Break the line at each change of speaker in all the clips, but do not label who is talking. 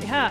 Bilarna,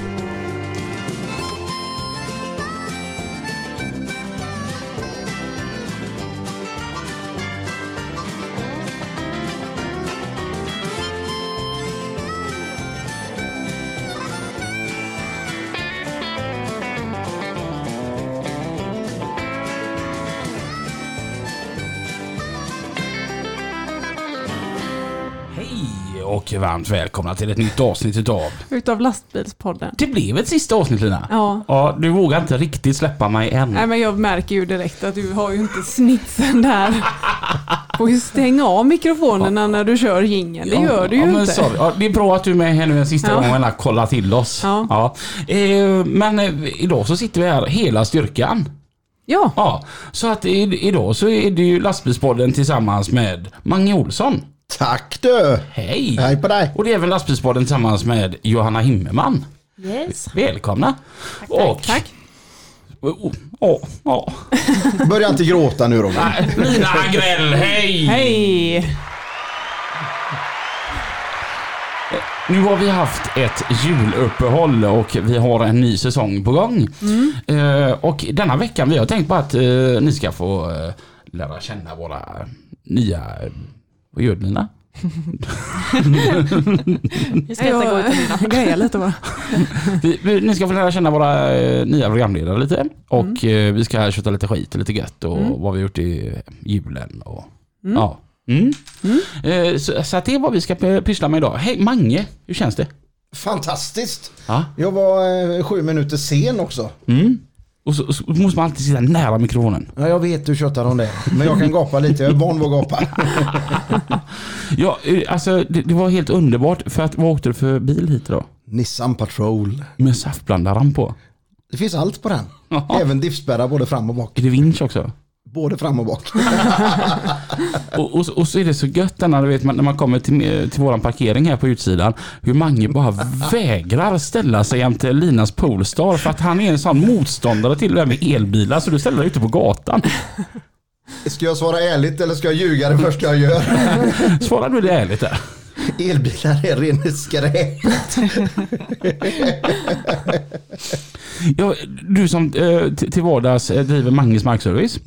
Hej och varmt välkomna till ett nytt avsnitt utav...
utav lastbilspodden.
Det blev ett sista avsnitt Lina.
Ja.
Ja, du vågar inte riktigt släppa mig än.
Nej men jag märker ju direkt att du har ju inte snitsen där. Får ju stänga av mikrofonerna när du kör jingeln. Det gör du ju
ja, men
inte.
sorry. Ja, det är bra att du är med här nu en sista
Ja.
gången och kollar till oss.
Ja.
Eh, men eh, idag så sitter vi här hela styrkan.
Ja,
Ja, så att i, idag så är det ju lastbilspodden tillsammans med Mange Olsson.
Tack du!
Hej!
Hej på dig!
Och det är även lastbilspodden tillsammans med Johanna Himmelman. Yes. Välkomna! Tack, och,
tack.
Oh, oh, oh.
Börja inte gråta nu Robin.
Nej, Lina Agrell, hej!
Hej!
Nu har vi haft ett juluppehåll och vi har en ny säsong på gång. Eh, och denna veckan, vi har tänkt på att eh, ni ska få eh, lära känna våra nya... eh, Vad gör du Lina?
Vi ska inte gå ut och
Jag grejar lite bara.
Vi, vi, ni ska få lära känna våra eh, nya programledare lite. Och eh, vi ska köta lite skit och lite gött och vad vi har gjort i eh, julen och... Ja. Mm. Eh, så, så att det är vad vi ska p- pyssla med idag. Hej Mange, hur känns det?
Fantastiskt!
Ja.
Jag var eh, sju minuter sen också.
Mm. Och så, så måste man alltid sitta nära mikrofonen.
Ja, jag vet du tjötar om det. Men jag kan gapa lite, jag är van vid att gapa.
Ja, eh, alltså det, det var helt underbart. För att, vad åkte du för bil hit idag?
Nissan Patrol.
Med saftblandaren på.
Det finns allt på den.
Jaha.
Även diffspärrar både fram och bak.
Är det vinsch också?
Både fram och bak.
Och, och, så- och så är det så gött när, du vet, man- när man kommer till, eh, till våran parkering här på utsidan. Hur Mange bara vägrar ställa sig jämte Linas Polestar. För att han är en sån motståndare till det här med elbilar. Så du ställer dig ute på gatan.
Ska jag svara ärligt eller ska jag ljuga det första jag gör?
Svarar du det ärligt där?
Elbilar är ren skräp.
Ja, du som eh, t- till vardags eh, driver Manges markservice.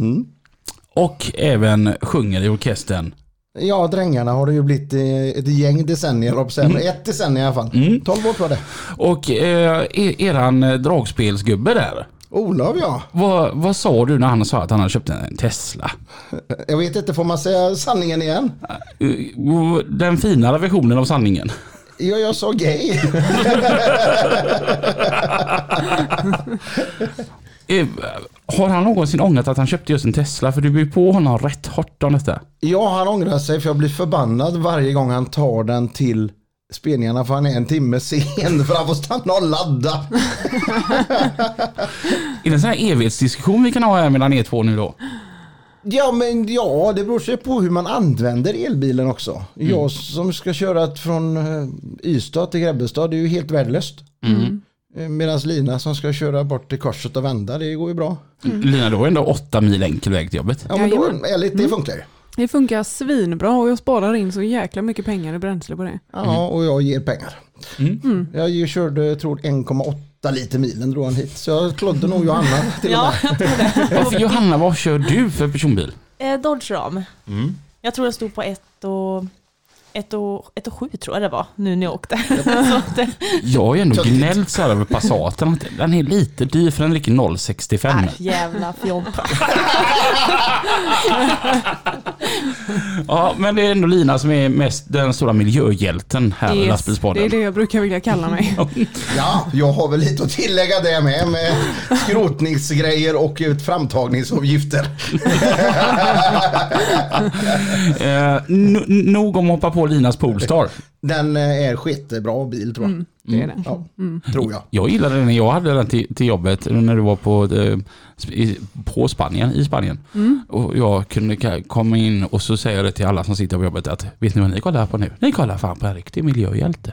Och även sjunger i orkestern.
Ja, drängarna har det ju blivit eh, ett gäng decennier, höll jag på att säga. Men ett decennium i alla fall. 12 år tror jag det.
Och eh, er, eran eh, dragspelsgubbe där.
Olof ja.
Vad, vad sa du när han sa att han hade köpt en Tesla?
Jag vet inte, får man säga sanningen igen?
Eh, Den finare versionen av sanningen.
Ja, jag sa gay.
Eh, Har han någonsin ångrat att han köpte just en Tesla? För du blir på honom rätt hårt om detta.
Ja, han ångrar sig för jag blir förbannad varje gång han tar den till spelningarna för han är en timme sen för han får stanna och ladda.
Är det en sån här evighetsdiskussion vi kan ha här mellan er två nu då?
Ja, men ja, det beror sig på hur man använder elbilen också. Jag som ska köra från eh, Ystad till Grebbestad, det är ju helt värdelöst. Mm. Medan Lina som ska köra bort till korset och vända, det går ju bra.
Lina, du har ändå åtta mil enkel väg till jobbet.
Ja, Mm. men då,
Jajamän.
ärligt, det funkar ju.
Det funkar svinbra och jag sparar in så jäkla mycket pengar i bränsle på det.
Ja, och jag ger pengar.
Mm.
Jag ju- körde, jag tror 1,8 liter milen drog han hit. Så jag klodde nog Johanna till och med.
Ja, jag tror
Varför, Johanna, vad kör du för personbil?
det. Eh, Dodge Ram. Jag tror den stod på ett och, ett och, ett och sju tror jag det var, nu när jag åkte. Så att, eh,
Jag har ju ändå
Tönt.
gnällt så här över Passaten. att Den är lite dyr för den dricker 0,65.
äh, jävla fjomp.
Ja, men det är ändå Lina som är mest den stora miljöhjälten här i
Yes,
lastbilspodden.
det är det jag brukar vilja kalla mig.
Ja, jag har väl lite att tillägga det med. Med skrotningsgrejer och ut- framtagningsavgifter.
Eh, n- n- nog om att hoppa på Linas Polestar.
Den eh, är skitbra bil tror jag.
Det är det.
Ja, Tror jag.
Jag gillade den när jag hade den till, till jobbet, när du var på, eh, sp- i, på Spanien, i Spanien.
Mm.
Och jag kunde ka- komma in och så säger jag det till alla som sitter på jobbet att vet ni vad ni kollar på nu? Ni kollar fan på en riktig miljöhjälte.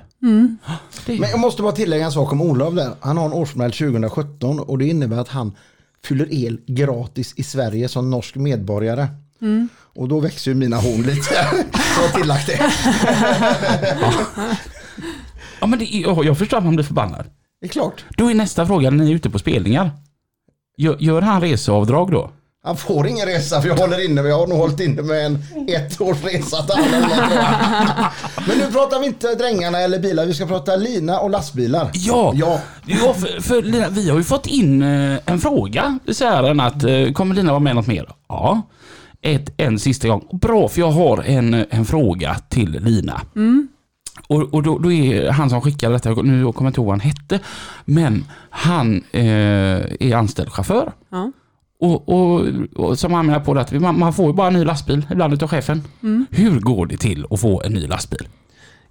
Det är-
Men jag måste bara tillägga en sak om Olof där. Han har en årsmodell 2017 och det innebär att han fyller el gratis i Sverige som norsk medborgare. Och då växer ju mina horn lite. Så jag har tillagt det.
Ja, men det är, ja, jag förstår att man blir förbannad.
Det är klart.
Då är nästa fråga när ni är ute på spelningar. Gör, gör han reseavdrag då?
Han får ingen resa för jag håller inne med, jag har nog hållit inne med en ett års resa till alla mina drömmar. Men nu pratar vi inte drängarna eller bilar, vi ska prata lina och lastbilar.
Ja!
Ja.
Ja, för, för Lina, vi har ju fått in eh, en fråga. Så här, än att, eh, kommer Lina vara med något mer? Ja. Ett, en sista gång. Bra, för jag har en, en fråga till Lina. Och, och då, då är han som skickade detta, nu kommer jag inte ihåg vad han hette, men han eh, är anställd chaufför.
Ja.
Och, och, och som han menar på det att man, man får ju bara en ny lastbil ibland utav chefen. Hur går det till att få en ny lastbil?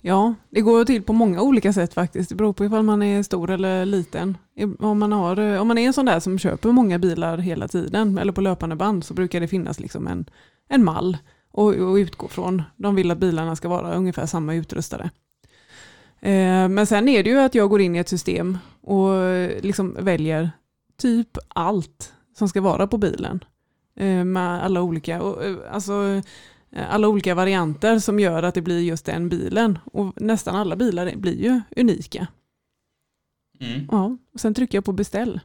Ja, det går till på många olika sätt faktiskt. Det beror på ifall man är stor eller liten. Om man, har, eh, om man är en sån där som köper många bilar hela tiden eller på löpande band så brukar det finnas liksom en, en mall att att utgå från. De vill att bilarna ska vara ungefär samma utrustade. Eh, Men sen är det ju att jag går in i ett system och eh, liksom väljer typ allt som ska vara på bilen. Eh, Med alla olika, och, eh, alltså alla olika varianter som gör att det blir just den bilen. Och nästan alla bilar blir ju unika. Ja, och sen trycker jag på beställ.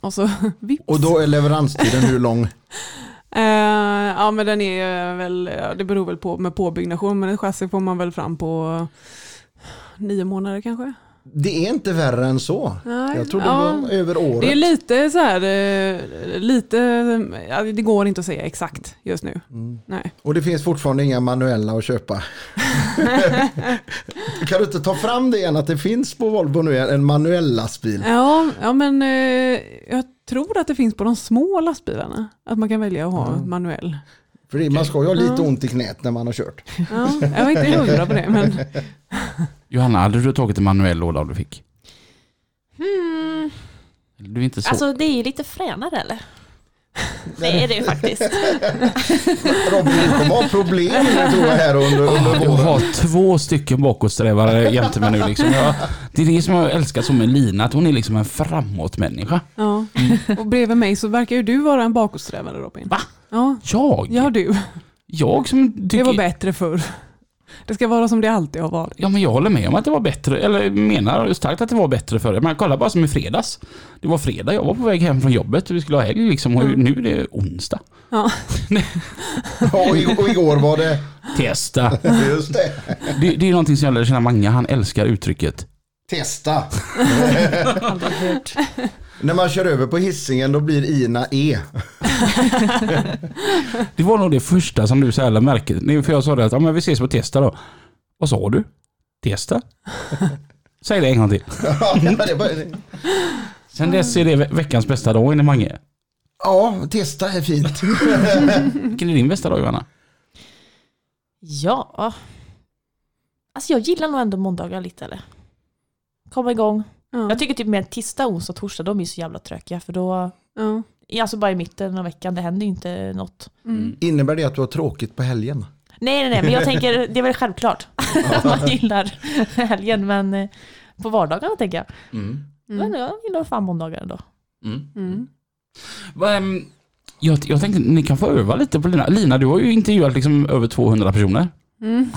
Och så vips.
Och då är leveranstiden hur lång?
Eh, ja men den är väl, ja, det beror väl på med påbyggnation, men ett chassi får man väl fram på nio månader kanske.
Det är inte värre än så.
Nej,
Jag trodde
ja.
det var över året.
Det är lite så här, eh, lite, ja, det går inte att säga exakt just nu. Nej.
Mm. Och det finns fortfarande inga manuella att köpa. kan du inte ta fram det igen att det finns på Volvo nu en manuell lastbil?
Ja, ja men eh, jag tror att det finns på de små lastbilarna. Att man kan välja att ha manuell.
För det, man ska ju ha lite ont i knät när man har kört.
Ja, jag var inte hundra på det. Men,
Johanna, hade du tagit en manuell låda om du fick?
Hmm.
Du är inte så...
Alltså det är ju lite fränare eller? Det är det ju faktiskt.
Robin du kommer ha problem nu, tror jag här under, under
Jag
våren.
har två stycken bakåtsträvare jämte mig nu. Liksom. Jag, det är det som jag älskar som med Lina, att hon är liksom en framåtmänniska.
ja. Och bredvid mig så verkar ju du vara en bakåtsträvare Robin.
Va?
Ja,
Jag?
ja du.
Jag som
Det
tycker...
var bättre förr. Det ska vara som det alltid har varit.
Ja men jag håller med om att det var bättre, eller menar starkt att det var bättre förr. Men kolla bara som i fredags. Det var fredag, jag var på väg hem från jobbet, vi skulle ha helg liksom. Och nu är det onsdag.
Ja.
Ja, och ig- och igår var det,
Testa.
just det,
Det, det är någonting som jag lärde känna Mange, han älskar uttrycket.
testa. När man kör över på hissingen då blir Ina E.
Det var nog det första som du så här lade märke till. För jag sa det att ja, men vi ses på Testa då. Vad sa du? Testa? Säg det en gång till.
Ja, det var-
Sen dess är det ve- veckans bästa dag enligt Mange.
ja, testa är fint.
Vilken är din bästa dag Johanna?
Ja. Alltså jag gillar nog ändå måndagar lite eller? Komma igång.
Ja.
Jag tycker typ mer tisdag, onsdag, torsdag, de är ju så jävla trökiga för då,
Ja.
alltså bara i mitten av veckan, det händer ju inte något.
Mm.
Innebär det att du har tråkigt på helgen?
Nej, nej, nej, men jag tänker, det är väl självklart att man gillar helgen, men eh, på vardagarna tänker jag.
Mm.
Men jag gillar fan måndagar ändå.
Mm.
Va, ehm, Jag, jag tänkte ni kan få öva lite på Lina. Lina, du har ju intervjuat liksom över 200 personer.
Mm.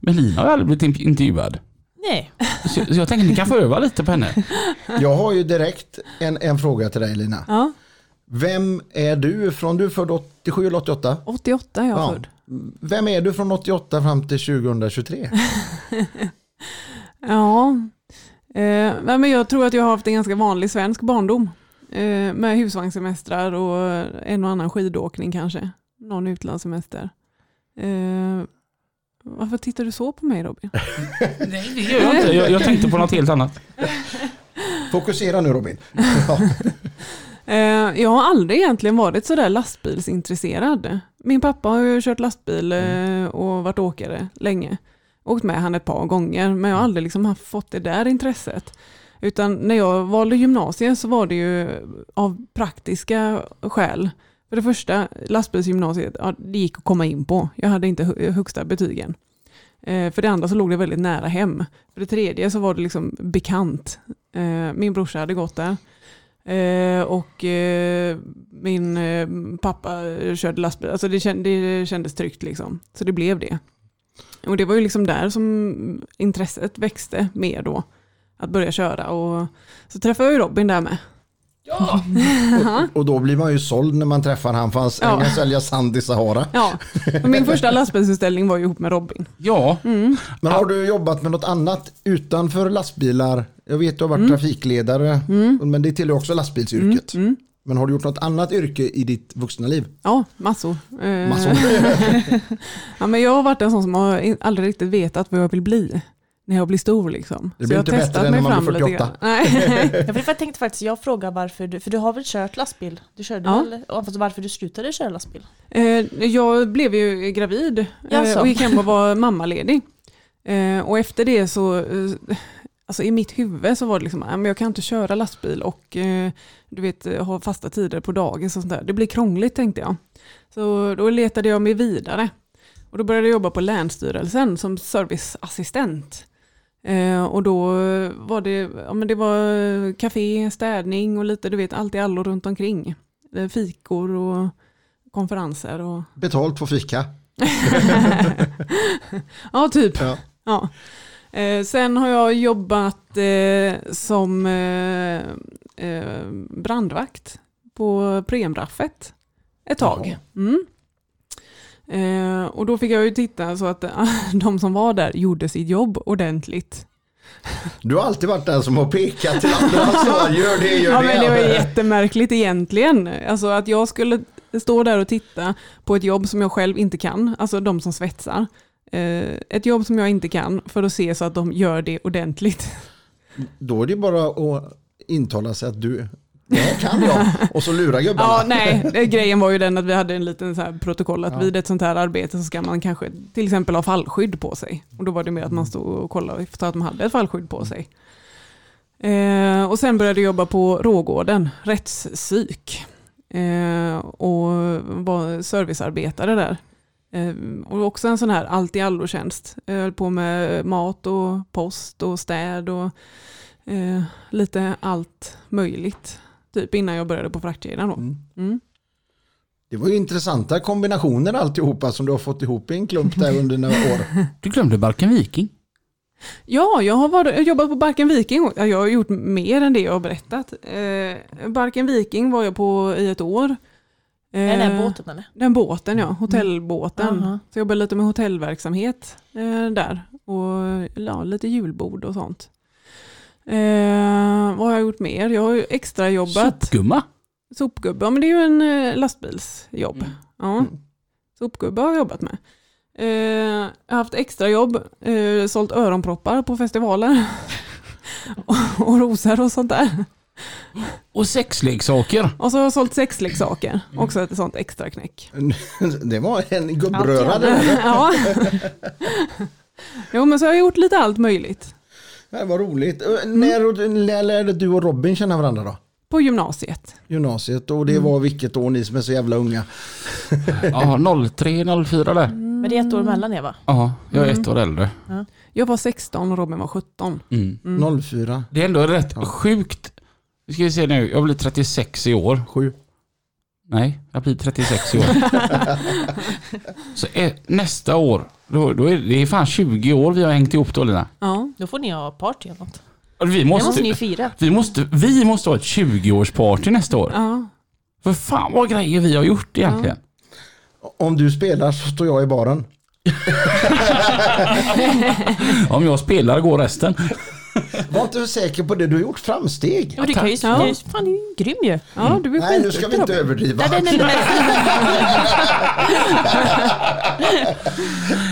Men Lina har aldrig blivit in- intervjuad.
Nej,
Så, så jag tänkte ni kan få öva lite på henne.
Jag har ju direkt en, en fråga till dig Lina.
Ja,
Vem är du från, du är född 87 eller 88?
88 är jag född.
Vem är du från 88 fram till 2023?
Ja, eh, nej, men jag tror att jag har haft en ganska vanlig svensk barndom. Eh, med husvagnssemestrar och en och annan skidåkning kanske. Någon utlandssemester. Eh, varför tittar du så på mig Robin?
Nej, det gör jag inte. Jag, jag tänkte på något helt annat.
Fokusera nu Robin. Ja.
Eh, jag har aldrig egentligen varit sådär lastbilsintresserad. Min pappa har ju kört lastbil eh, och varit åkare länge. Åkt med han ett par gånger men jag har aldrig liksom haft- fått det där intresset. Utan när jag valde gymnasiet så var det ju av praktiska skäl. För det första, lastbilsgymnasiet, ja, det gick att komma in på. Jag hade inte hö- högsta betygen. Eh, för det andra så låg det väldigt nära hem. För det tredje så var det liksom bekant. Eh, min brorsa hade gått där. Eh, Eh, och eh, min eh, pappa körde lastbil. Alltså det, känd, det kändes tryggt liksom. Så det blev det. Och det var ju liksom där som intresset växte mer då. Att börja köra och så träffade jag ju Robin där med.
Ja!
Och, och då blir man ju såld när man träffar han för han s-
Ja.
han kan sälja sand i Sahara.
Ja, och min första lastbilsutställning var ju ihop med Robin.
Ja,
Men har du jobbat med något annat utanför lastbilar? Jag vet du har varit
Mm.
trafikledare, men det tillhör också lastbilsyrket. Men har du gjort något annat yrke i ditt vuxna liv?
mm. Ja, massor. Eh,
Massor.
ja, men jag har varit en sån som har in- aldrig riktigt vetat vad jag vill bli när jag blir stor. Liksom.
Det
Så
blir
jag
inte
har testat
bättre än när
mig
man blir
fram lite
48.
grann. Nej.
Ja, för jag tänkte faktiskt, jag frågar varför du, för du har väl kört lastbil? Du körde
Ja.
väl, och fast varför du slutade köra lastbil?
Eh, Jag blev ju gravid eh,
Jaså?
och gick hem och var mammaledig. Eh, Och efter det så, eh, alltså i mitt huvud så var det liksom, "Nej, men jag kan inte köra lastbil och eh, du vet, eh, ha fasta tider på dagis och sånt där. Det blir krångligt tänkte jag. Så då letade jag mig vidare. Och då började jag jobba på Länsstyrelsen som serviceassistent. Eh, och då var det, ja, men det var café, städning och lite, du vet, allt i allo runt omkring. Eh, Fikor och konferenser och
Betalt för fika.
ja, typ.
Ja.
Ja. Eh, sen har jag jobbat eh, som eh, eh, brandvakt på Premraffet ett tag. Mm. Eh, och då fick jag ju titta så att eh, de som var där gjorde sitt jobb ordentligt.
Du har alltid varit den som har pekat till andra. Alltså, gör det, gör
Ja,
det.
men det var ju jättemärkligt egentligen. Alltså att jag skulle stå där och titta på ett jobb som jag själv inte kan, alltså de som svetsar. Eh, Ett jobb som jag inte kan för att se så att de gör det ordentligt.
Då är det bara att intala sig att du, det här kan jag. Och så lura gubbarna.
Ja, nej, det- grejen var ju den att vi hade en liten så här protokoll att
Ja.
vid ett sånt här arbete så ska man kanske till exempel ha fallskydd på sig. Och då var det mer att man stod och kollade så att man hade ett fallskydd på sig. Eh, och sen började jag jobba på Rågården, rättspsyk. Eh, och var servicearbetare där. Eh, och också en sån här allt i allo-tjänst. Jag höll på med mat och post och städ och eh, lite allt möjligt. Typ innan jag började på fraktkedjan då.
Mm.
Mm.
Det var ju intressanta kombinationer alltihopa som du har fått ihop i en klump där under några år.
du glömde Barken Viking.
Ja, jag har varit, jobbat på Barken Viking. Ja, Jag har gjort mer än det jag har berättat. Eh, Barken Viking var jag på i ett år. Eh,
Är den här båten eller? Mm.
Den båten ja, hotellbåten.
Aha.
Så jag jobbade lite med hotellverksamhet eh, där. Och ja, lite julbord och sånt. Eh, vad har jag gjort mer? Jag har ju extra jobbat.
Sopgumma.
Sopgubbe, ja men det är ju en eh, lastbilsjobb.
Mm.
Ja. Sopgubbe har jag jobbat med. Eh, jag har haft extra jobb, eh, sålt öronproppar på festivaler. och, och rosor och sånt där.
Och sexleksaker.
Och så har jag sålt sexleksaker, också ett sånt extra knäck.
Det var en gubbröra. det.
ja. jo men så har jag gjort lite allt möjligt.
Det var roligt. Ö, När, och- när lärde du och Robin känna varandra då?
På gymnasiet.
Gymnasiet och det var vilket år ni som är så jävla unga.
Ja, 03, 04 där.
Men det är ett år mellan er va?
Ja, jag är ett år äldre.
Jag var 16 och Robin var 17.
Mm.
04,
Det är ändå rätt sjukt. Nu ska vi se nu, jag blir 36 i år.
7.
Nej, jag blir 36 i år. Så eh, nästa år, då, då är det är fan 20 år vi har hängt ihop då Lina.
Ja.
Då får ni ha party eller något.
Vi
Det måste ni ju
måste,
fira.
vi måste, vi måste ha ett 20-årsparty nästa år.
ja.
För fan vad grejer vi har gjort egentligen.
Om du spelar så står jag i baren.
Om jag spelar går resten.
Var inte så säker på det, du har gjort framsteg.
Ja, men du kan ju,
tack.
du, fan du är ju grym ju.
Ja, du är
Nej, nu ska vi
skitduktig,
inte
Robin.
överdriva.
Nej, nej, nej, nej.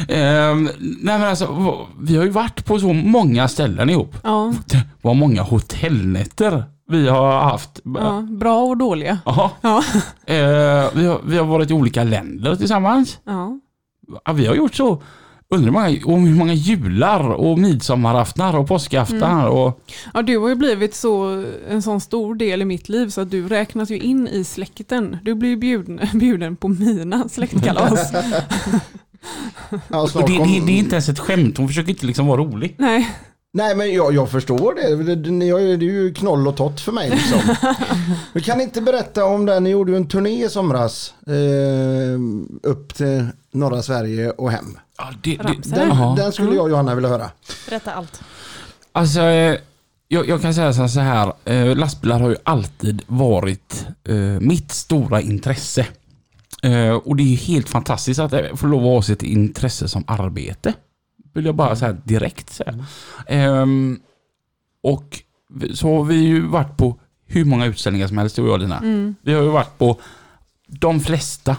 Ehm, nej men alltså, v- vi har ju varit på så många ställen ihop.
Ja,
Vad många hotellnätter vi har haft.
ja, bra och dåliga.
Ja.
Ja.
Eh, vi, har, vi har varit i olika länder tillsammans.
Ja.
Ja, vi har gjort så. Undrar hur många, om hur många jular och midsommaraftnar och påskaftnar och...
Ja, du har ju blivit så, en sån stor del i mitt liv så att du räknas ju in i släkten. Du blir ju bjuden, bjuden på mina släktkalas.
Ja,
och
snart
det, det, det är
kom,
inte ens ett skämt. Hon försöker inte liksom vara rolig.
Nej,
Nej men jag, jag förstår det. Det, det, ni har ju- det är ju knoll och tott för mig liksom. Men kan ni inte berätta om den, ni gjorde ju en turné i somras eh, upp till norra Sverige och hem.
Ja, det,
Ramsar.
Den,
Jaha.
den skulle jag och Johanna vilja höra.
Berätta allt.
Alltså, eh, jag, jag kan säga så här- så här. eh, Lastbilar har ju alltid varit eh, mitt stora intresse. Eh, och det är ju helt fantastiskt att eh, få lov att ha sitt intresse som arbete. Vill jag bara säga direkt säga. Ehm, och vi- så har vi ju varit på hur många utställningar som helst, du och jag Lina. Vi har ju varit på de flesta.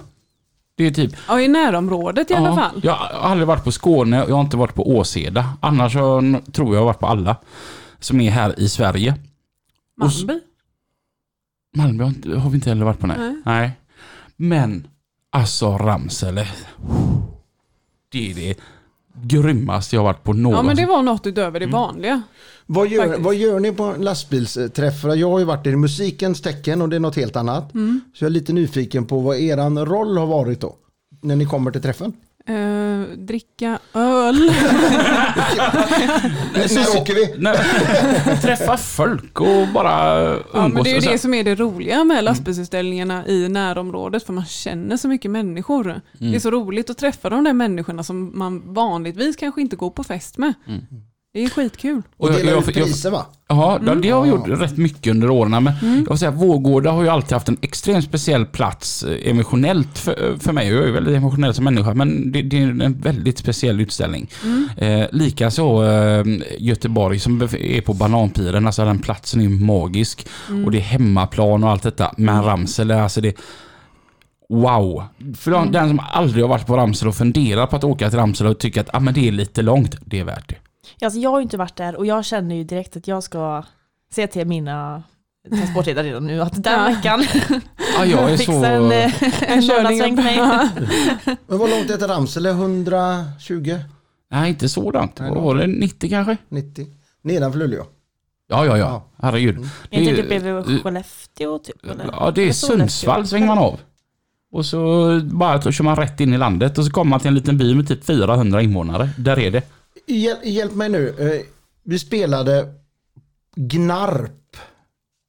Det är typ
Ja, i närområdet i alla
Ja,
fall.
Jag har aldrig varit på Skåne och jag har inte varit på Åseda. Annars har jag, tror jag har varit på alla som är här i Sverige. och s-
Malmby.
Malmö har, inte, har vi inte heller varit på. Nej.
Nej.
Men alltså Ramsele. Det är det grymmaste jag har varit på
Ja,
någonsin.
men det var något utöver det
Mm.
vanliga.
Vad gör,
Faktiskt.
vad gör ni på lastbilsträffar? Jag har ju varit i musikens tecken och det är något helt annat.
Mm.
Så jag är lite nyfiken på vad eran roll har varit då. När ni kommer till träffen.
Eh, dricka öl.
När åker vi?
Nej, träffa folk och bara umgås.
Ja, men det är ju
Och Mm. sen-
det som är det roliga med lastbilsutställningarna i närområdet, för man känner så mycket människor.
Mm.
Det är så roligt att träffa de där människorna som man vanligtvis kanske inte går på fest med.
Mm.
Det är skitkul.
Och
jag-
delar
jag-
ut
jag-
priser va?
Ja,
Mm.
det- det har vi gjort rätt mycket under åren. Men jag vill säga, Vårgårda har ju alltid haft en extremt speciell plats eh, emotionellt för, för mig. Jag är ju väldigt emotionell som människa, men det, det är en väldigt speciell utställning.
Mm.
Eh, Likaså eh, Göteborg som bef- är på Bananpiren, alltså den platsen är ju magisk.
Mm.
Och det är hemmaplan och allt detta. Men Ramsele, alltså det... Wow! För
Mm.
de- den som aldrig har varit på Ramsele och funderar på att åka till Ramsele och tycker att ah, men det är lite långt, det är värt det.
Alltså, jag har ju inte varit där och jag känner ju direkt att jag ska se till mina transportledare redan nu att den
Ja.
veckan
Ah, jag är så...
fixar en, eh, en lördagssväng till mig.
Men vad långt är det till Ramsele? 120?
Nej, inte sådant. Vad var det? 90 kanske?
90? Nedanför Luleå?
Ja, ja, ja.
Ja. Mm.
Herregud.
Jag
Det är-
tänker typ bredvid Skellefteå typ. Eller?
Ja, det är
Jag tror
Sundsvall
Skellefteå.
svänger man av. Och så bara så kör man rätt in i landet och så kommer man till en liten by med typ 400 invånare. Där är det.
Hjäl hjälp mig nu. Eh, Vi spelade Gnarp,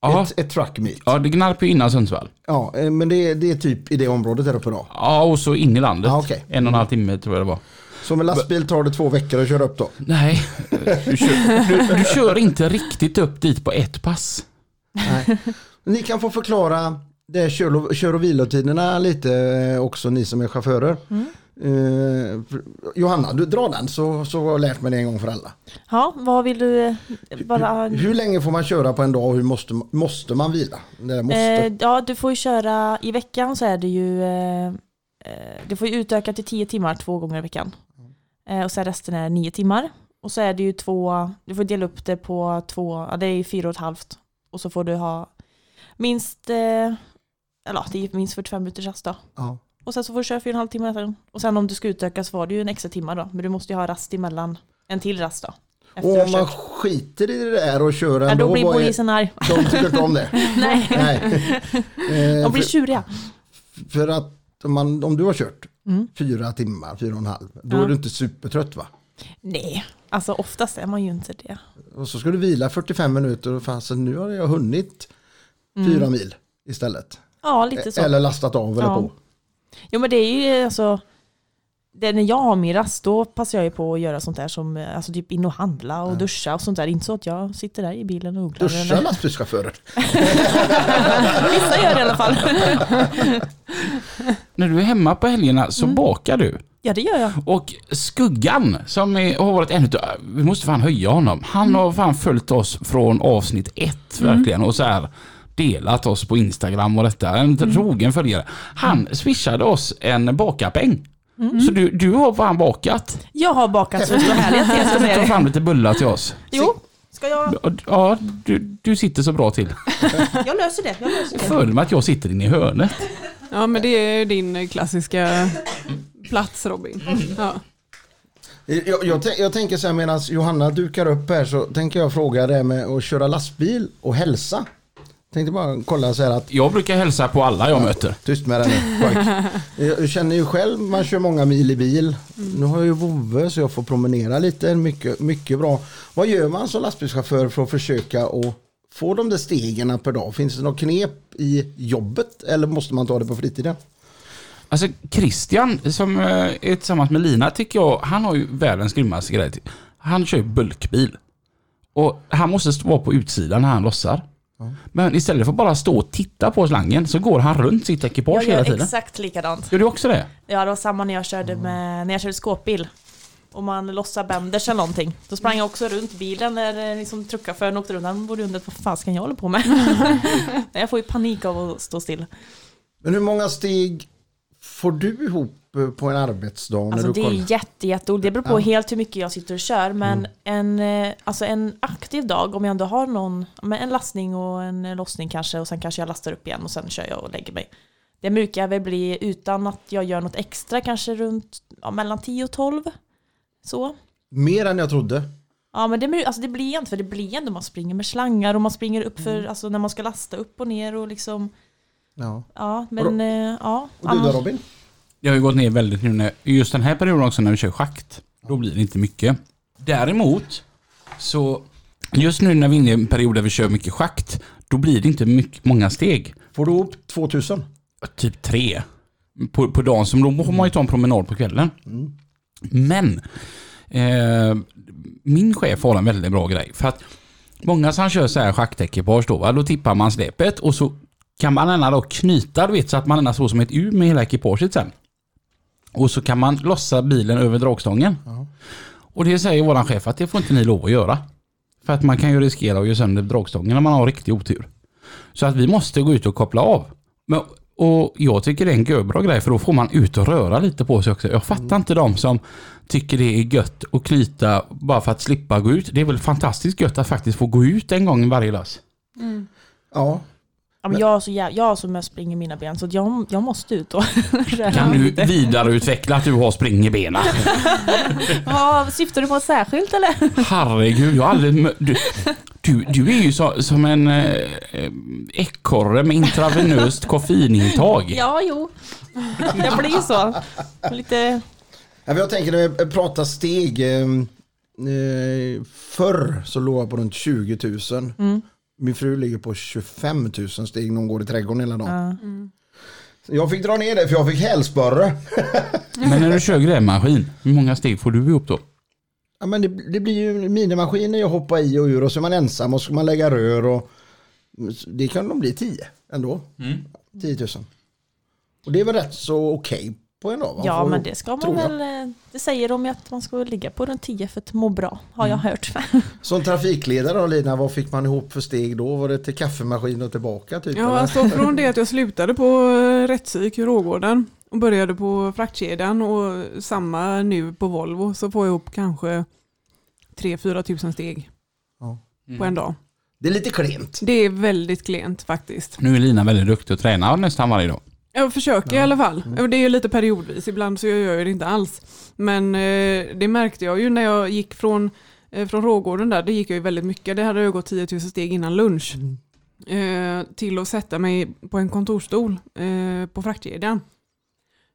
Ja,
ett, ett truckmeet. Ja.
ja det gnarp ju innan Sundsvall.
eh, men det, är- det är typ i det området där uppe då.
Ja, och så in i landet.
Ja, Ah, okej.
En och en halv timme tror jag det var.
Så med lastbil tar det två veckor att köra upp då.
Nej, eh, du kör, du, du kör inte riktigt upp dit på ett pass.
Nej. Ni kan få förklara det kör och, kör och vilotiderna lite eh, också, ni som är chaufförer.
Mm.
Eh, för- Johanna, du drar den så, så har jag lärt mig det en gång för alla.
Ja, vad vill du eh, bara...
Hur länge får man köra på en dag och hur måste, måste man vila? Det där måste.
Eh, ja, du får ju köra, i veckan så är det ju, eh, eh, du får ju utöka till 10 timmar två gånger i veckan.
Mm.
Eh, och sen resten är 9 timmar. Och så är det ju två, du får dela upp det på två, ja det är ju fyra och ett halvt. Och så får du ha minst, eh, eller ja, det är ju minst 45 minuters rast då.
Ja.
Och sen så får du köra fyra och en halv timme nästa gång. Och sen om du ska utöka så var det ju en extra timme då, men du måste ju ha rast emellan, en till rast då. Efter
Och
du
om
har
man
kört.
skiter i det där och kör
Ja,
ändå,
då blir
vad är-
polisen arg.
De tycker inte om det.
Nej,
Nej. Eh,
de blir
för,
tjuriga.
för att om, man, om du har kört
Mm.
fyra timmar, fyra och en halv, då
Ja.
är du inte supertrött va?
Nej, alltså oftast är man ju inte det.
Och så ska du vila 45 minuter och fan, så nu har jag hunnit fyra mil istället. E-
Ja, Mm. lite så.
Eller lastat av eller
Ja.
på.
Jo men det är ju alltså, det, när jag har min rast då passar jag ju på att göra sånt där som, eh, alltså typ in och handla
Mm.
och duscha och sånt där. Inte så att jag sitter där i bilen och ugglar.
Duscha lastbilschaufförer.
Vissa gör det i alla fall.
När du är hemma på helgerna
Mm.
så bakar du.
ja det gör jag.
Och Skuggan, som är, har varit en utav, vi måste fan höja honom. Han har fan följt oss från avsnitt ett verkligen och så här delat oss på Instagram och detta. En trogen följare. Han swishade oss en bakarpeng. Så du, du har fan bakat.
Jag har bakat så det står härliga till ska jag säga
Ta
dig.
fram lite bullar till oss.
Eh. Jo, ska jag,
Ja, du, du sitter så bra till.
jag löser det. Jag löser det.
För mig att jag sitter inne i hörnet.
Ja, men det är din klassiska plats Robin. Ja.
Jag, jag, tän- jag tänker så här medan Johanna dukar upp här så tänker jag fråga det här med att köra lastbil och hälsa. Tänkte bara kolla så här att
Jag brukar hälsa på alla jag möter.
Tyst med den nu, pojk. Jag känner ju själv, man kör många mil i bil.
Mm.
Nu har jag ju vovve så jag får promenera lite, mycket, mycket bra. Vad gör man som lastbilschaufför för att försöka att få de där stegen per dag? Finns det något knep i jobbet eller måste man ta det på fritiden?
Alltså Christian som eh, är tillsammans med Lina tycker jag, han har ju världens grymmaste grej. Han kör ju bulkbil. Och han måste stå på utsidan när han lossar. Men istället för att bara stå och titta på slangen så går han runt sitt ekipage
Jag
hela
gör
tiden. Mm.
exakt likadant.
Gör du också det?
Ja, det var samma när jag körde, med, när jag körde skåpbil. Om man lossar bänders eller någonting. Då sprang jag också runt bilen när eh, liksom, truckchauffören åkte runt. Han borde undrat vad fan ska jag hålla på med? jag får ju panik av att stå still.
Men hur många steg får du ihop eh, på en arbetsdag? När
Alltså
du
det är
kollar? Mm.
jätte, jätte Det beror på helt hur mycket jag sitter och kör. Men en, eh, alltså en aktiv dag, om jag ändå har någon, men en lastning och en eh, lossning kanske och sen kanske jag lastar upp igen och sen kör jag och lägger mig. Det brukar väl bli, utan att jag gör något extra, kanske runt ja, mellan 10 och 12. Så.
Mer än jag trodde.
Ja men det, blir- alltså det blir inte, för det blir ändå man springer med slangar och man springer upp för,
Mm.
alltså när man ska lasta upp och ner och liksom,
Ja.
ja men eh, ja.
Och du då
annars-
Robin?
Jag har ju gått ner väldigt nu när, just den här perioden också när vi kör schakt. Då blir det inte mycket. Däremot så just nu när vi är inne i en period där vi kör mycket schakt. Då blir det inte mycket, många steg.
Får du ihop 2000?
typ tre på, på dagen. Så då får man ju ta en promenad på kvällen. Men eh, min chef har en väldigt bra grej. För att många som kör så här schaktekipage då, va, då tippar man släpet och så kan man ändå då knyta, du vet, så att man ändå står som ett U med hela ekipaget sen. Och så kan man lossa bilen över dragstången. Och det säger våran chef att det får inte ni lov att göra. För att man kan ju riskera att göra sönder dragstången om man har riktig otur. Så att vi måste gå ut och koppla av. Men, och jag tycker det är en görbra grej för då får man ut och röra lite på sig också. Jag fattar
Mm.
inte de som tycker det är gött att knyta bara för att slippa gå ut. Det är väl fantastiskt gött att faktiskt få gå ut en gång i varje lass.
Ja.
Ja, men jag, är så jä- jag som mest springer mina ben så att jag, jag måste ut och röra
Kan du
lite.
vidareutveckla att du har spring i benen?
Vad syftar du på särskilt eller?
Herregud, jag har aldrig mö- du, du, du är ju så, som en eh, eh, ekorre med intravenöst koffeinintag.
Ja, jo. Det blir så. Lite...
Ja, men Jag tänker när vi pratar steg. eh, eh, Förr så låg jag på runt 20 000.
Mm.
Min fru ligger på 25 000 steg när hon går i trädgården hela dagen.
Ja.
Jag fick dra ner det för jag fick hälsporre.
Men när du kör grävmaskin, hur många steg får du upp då?
Ja, men det, det blir ju minimaskiner jag hoppar i och ur och så är man ensam och så ska man lägga rör och det kan nog bli 10 ändå. 10 000. Och det är väl rätt så okej på en dag? va?
ja,
Får-
men det ska man
tror jag.
väl... eh, Det säger de ju att man ska ligga på runt 10 för att må bra, har jag
Mm.
hört.
Som trafikledare då Lina, vad fick man ihop för steg då? Var det till kaffemaskin och tillbaka? Typ, eller?
Ja, alltså från det att jag slutade på eh, Rättsvik i Rågården och började på fraktkedjan och samma nu på Volvo så får jag ihop kanske 3-4 tusen steg
Ja.
Mm.
på
Mm.
en dag.
Det är lite klent.
Det är väldigt klent faktiskt.
Nu är Lina väldigt duktig och tränar nästan varje dag.
Jag försöker i alla fall. Och Det är ju lite periodvis, ibland så gör jag det inte alls. Men eh, det märkte jag ju när jag gick från, eh, från Rågården där, det gick jag ju väldigt mycket. Det hade jag gått 10 000 steg innan lunch. Eh, till att sätta mig på en kontorstol eh, på fraktkedjan.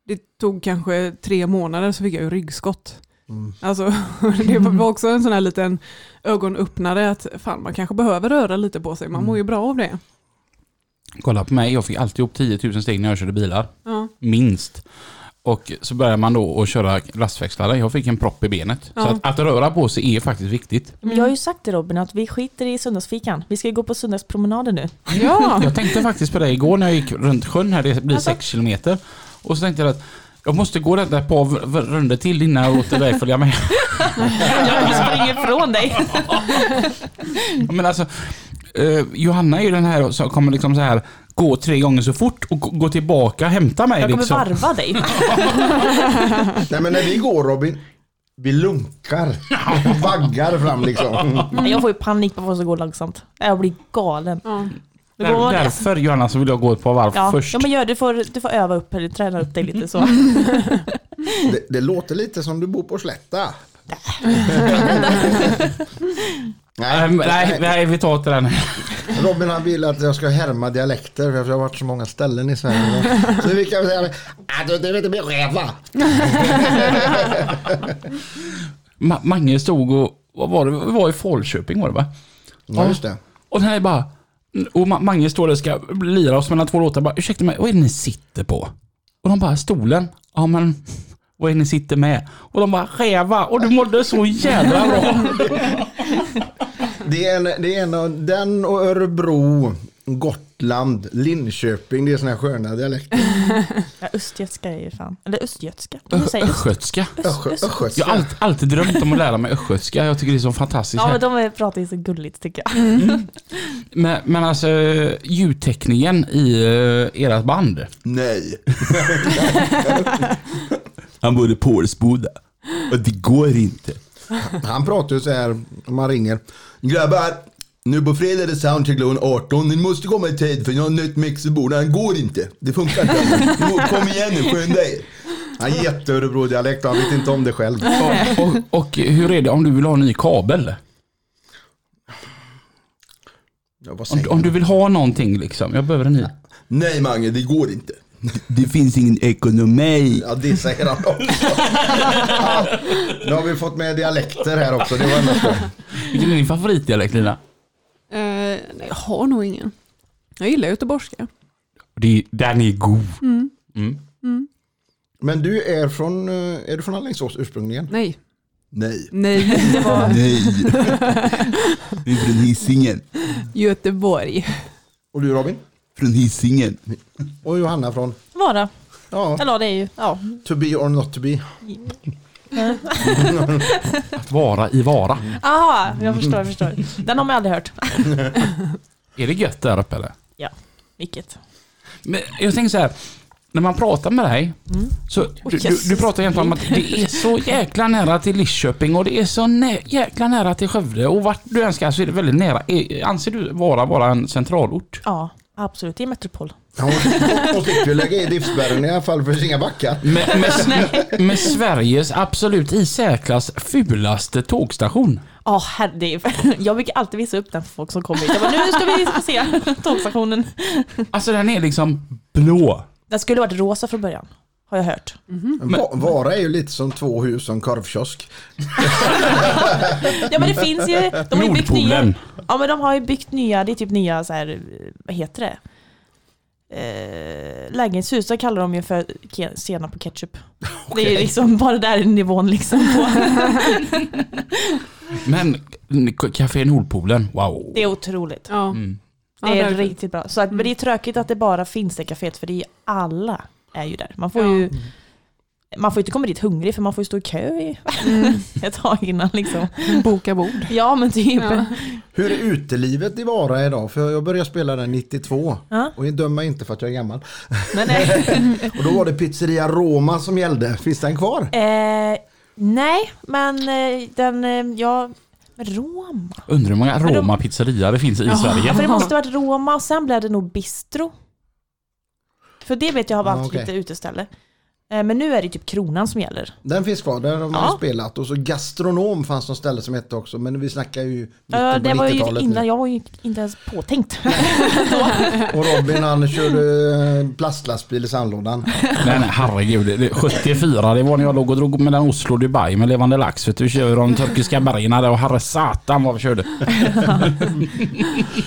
Det tog kanske tre månader så fick jag ju ryggskott.
Mm.
Alltså, det var också en sån här liten ögonöppnare att fan man kanske behöver röra lite på sig, man mår ju bra av det.
Kolla på mig, jag fick alltid upp 10 000 steg när jag körde bilar.
Ja.
Minst. Och så börjar man då att köra lastväxlare. Jag fick en propp i benet.
Ja.
Så att, att röra på sig är faktiskt viktigt.
Men Jag har ju sagt till Robin att vi skiter i söndagsfikan. Vi ska ju gå på söndagspromenaden nu.
ja.
Jag tänkte faktiskt på det igår när jag gick runt sjön här, det blir
Alltså.
6 kilometer. Och så tänkte jag att jag måste gå detta par v- v- runder till innan jag låter dig följa med.
Jag springer ifrån dig.
Men alltså, eh, Johanna är ju den här som kommer liksom så här gå tre gånger så fort och gå- gå tillbaka och hämta mig.
Jag kommer
liksom.
varva dig.
Nej men när vi går Robin, vi lunkar. Vaggar fram liksom.
Jag får ju panik på vad som går långsamt. Jag blir galen.
Ja.
Det går-
Där, därför Johanna så vill jag gå ett par varv
Ja,
först.
ja men gör, du, får, du får öva upp eller träna upp dig lite så.
Det, det låter lite som du bor på Slätta.
Nej, nej, nej vi tar inte den.
Robin han vill att jag ska härma dialekter för jag har varit så många ställen i Sverige. Så vi kan säga att du är inte min chef va?
Ma- Mange stod och, vad var det, vi var i Falköping var det va?
Ja just det.
Och den här är bara, och Ma- Mange står där och ska lira oss mellan två låtar. Bara, ursäkta mig, vad är det ni sitter på? Och de bara, stolen. Ja men, vad är det ni sitter med? Och de bara, räva. Och du mådde så jävla bra.
Det är, en, det är en av den och Örebro, Gotland, Linköping. Det är såna här sköna dialekter.
Mm.
Ja, östgötska är ju fan. Eller östgötska. De säger öst,
Östgötska.
öst, öst.
Jag har
Östgötska.
alltid, alltid drömt om att lära mig östgötska. Jag tycker det är så fantastiskt.
Ja
här.
men de är- pratar ju så gulligt tycker jag.
Men, men alltså ljudtekniken i uh, ert band.
Nej.
Han borde pålsboda. Och det går inte.
Han pratar ju så här om man ringer. Grabbar, nu på fredag är det soundcheck klockan 18. Ni måste komma i tid för jag har ett nytt mix i bordet. Han går inte. Det funkar inte. Ni må- Kom igen nu, skynda er. Han är jätte-Örebro-dialekt och han vet inte om det själv.
Och, och, och hur är det om du vill ha en ny kabel?
Ja, vad
Om,
säger
om
han?
du vill ha någonting liksom. Jag behöver en ny.
Nej Mange, det går inte.
Det finns ingen ekonomi.
Ja, det säger han också. Ja, nu har vi fått med dialekter här också. Det var ändå skönt.
Vilken är din favoritdialekt Lina?
Eh, nej, jag har nog ingen. Jag gillar göteborgska.
Det, den är god.
Men du är från, eh, är du från Alingsås ursprungligen?
Nej,
Nej.
nej, det var
Nej. Du är från Hisingen.
Göteborg.
Och du Robin?
Från Hisingen.
Och Johanna från?
Vara.
Ja,
Eller det är ju, ja.
to be or not to be.
Att vara i vara.
Aha, jag förstår, jag förstår. Den har man aldrig hört.
Är det gött där uppe eller?
Ja, vilket.
Men jag tänker så här. När man pratar med dig, så du,
Jesus.
du, du pratar egentligen om att det är så jäkla nära till Lidköping och det är så nä, jäkla nära till Skövde och vart du än ska så är det väldigt nära. Är- Anser du vara bara en centralort?
Ja, absolut. Det är metropol.
Ja, hon- Hon slipper ju lägga i driftspärren i alla fall för Kinga backar.
Med, med, Sve- med Sveriges absolut i särklass fulaste tågstation.
Ja, herre, det är- jag brukar alltid visa upp den för folk som kommer hit. Jag bara, nu ska vi få se tågstationen.
Alltså den är liksom blå.
Den skulle varit rosa från början, har jag hört.
Mm.
Va- Vara är ju lite som två hus och en korvkiosk.
Ja men det finns ju, de har ju byggt
Nordpolen.
nya. Ja men de har ju byggt nya, det är typ nya så här, vad heter det? Eh, lägenhetshus, så kallar de ju för ke- senap på ketchup. Det är ju liksom bara där nivån liksom. På.
Men k- Café Nordpolen, wow.
Det är otroligt.
Ja. Ja,
Det är
därför.
riktigt bra. Så att, men det är tråkigt att det bara finns det kaféet för det är ju alla är ju där. Man får
Ja.
ju man får ju inte komma dit hungrig för man får ju stå i kö i ett tag innan liksom.
Boka bord.
Mm. Ja men typ.
Ja.
Hur är utelivet i Vara idag? För jag började spela där 92.
Ja.
Och döm mig inte för att jag är gammal.
Men, eh,
Och då var det pizzeria Roma som gällde. Finns den kvar?
Eh, nej, men eh, den, eh, ja, Roma.
Undrar hur många
de-
Roma pizzeria det finns i
Ja.
Sverige.
För det måste ha varit Roma och sen blev det nog Bistro. För det vet jag har
Ja,
varit
okej.
lite uteställe. Eh, men nu är det typ Kronan som gäller.
Den finns kvar, där har man
Ja.
spelat. Och så gastronom fanns någon ställe som hette också. Men vi snackar ju mitten
Eh,
på
det var ju
90-talet.
innan,
nu.
jag var ju inte ens påtänkt.
Och Robin han körde eh, plastlastbil i sandlådan.
Nej, nej herregud. Det- det- 74, det var när jag låg och drog mellan Oslo och Dubai med levande lax. Vet du, kör de turkiska bergen där och herre satan vad vi körde.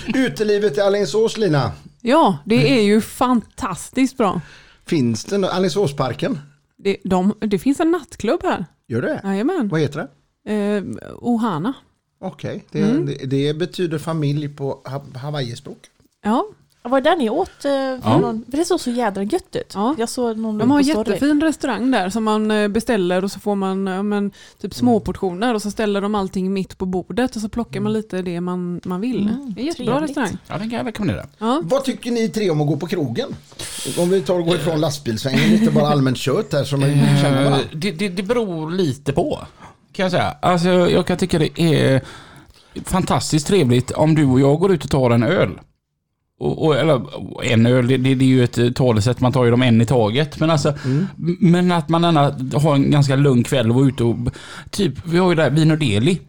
Utelivet i Alingsås Lina.
Ja, det är ju fantastiskt bra.
Finns det nå- Alingsåsparken?
Det, de, det finns en nattklubb här.
Gör det?
Jajamän.
Vad heter det?
Eh, Ohana.
Okej, det,
Mm.
det, det betyder familj på ha- hawaiispråk.
Ja,
var det där ni åt? Eh,
Ja.
ja. någon, för det såg så jädra gött ut.
Ja.
Jag såg någon
de har en
Mm, på story.
jättefin restaurang där som man eh, beställer och så får man ja, men, typ
Mm.
småportioner och så ställer de allting mitt på bordet och så plockar man lite det man, man vill.
Mm,
det är en jättebra
trevligt.
restaurang.
Ja, den kan jag rekommendera.
Ja.
Vad tycker ni tre om att gå på krogen? Om vi tar och går ifrån lastbilsvängen, inte bara allmänt kött här som man känner
Eh,
varandra.
Det, det, det beror lite på. Kan jag säga. Alltså, jag kan tycka det är fantastiskt trevligt om du och jag går ut och tar en öl. Och, och, eller en öl, det, det, det är ju ett eh, talesätt, man tar ju dem en i taget. Men, alltså, m- men att man ändå har en ganska lugn kväll och är ute och... Typ, vi har ju det här Vin och Deli.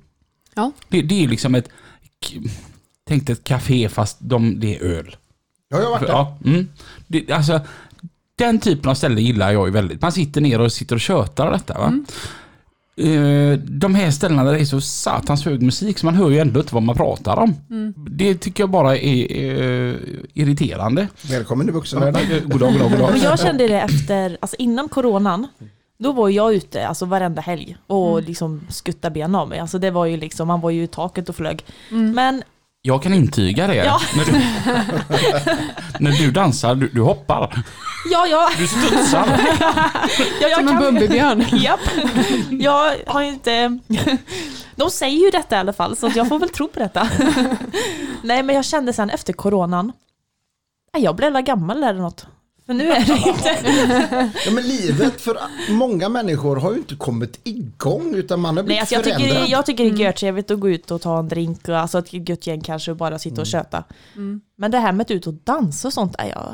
Ja.
Det, det är liksom ett, Tänk dig ett café fast de, det är öl.
Ja, jag har varit där.
Ja, mm. det, alltså, den typen av ställe gillar jag ju väldigt. Man sitter ner och sitter och tjötar detta. Va? Eh, De här ställena där det är så satans hög musik så man hör ju ändå inte vad man pratar om. Det tycker jag bara är eh, irriterande.
Välkommen i vuxenvärlden.
Goddag, goddag, goddag.
Men jag kände det efter, alltså innan coronan, då var jag ute alltså varenda helg
Mm.
och liksom skuttade benen av mig. Alltså det var ju liksom, man var ju i taket och flög.
Mm.
Men
Jag kan intyga det.
Ja.
När, du, när du dansar, du, du hoppar,
ja, ja,
du studsar.
ja jag
Som en
kan
Bumbibjörn.
Japp. Jag har ju inte... De säger ju detta i alla fall, så att jag får väl tro på detta. Nej, men jag kände sen efter coronan, nej, jag blev alla gammal eller något. För nu är det inte...
Ja, men livet för många människor har ju inte kommit igång utan man har blivit
Nej, alltså jag,
förändrad.
tycker, jag tycker det är görtrevligt att gå ut och ta en drink, och, alltså ett gött gäng kanske, och bara sitta och köta. Men det här med att ut och dansa och sånt, nej, jag,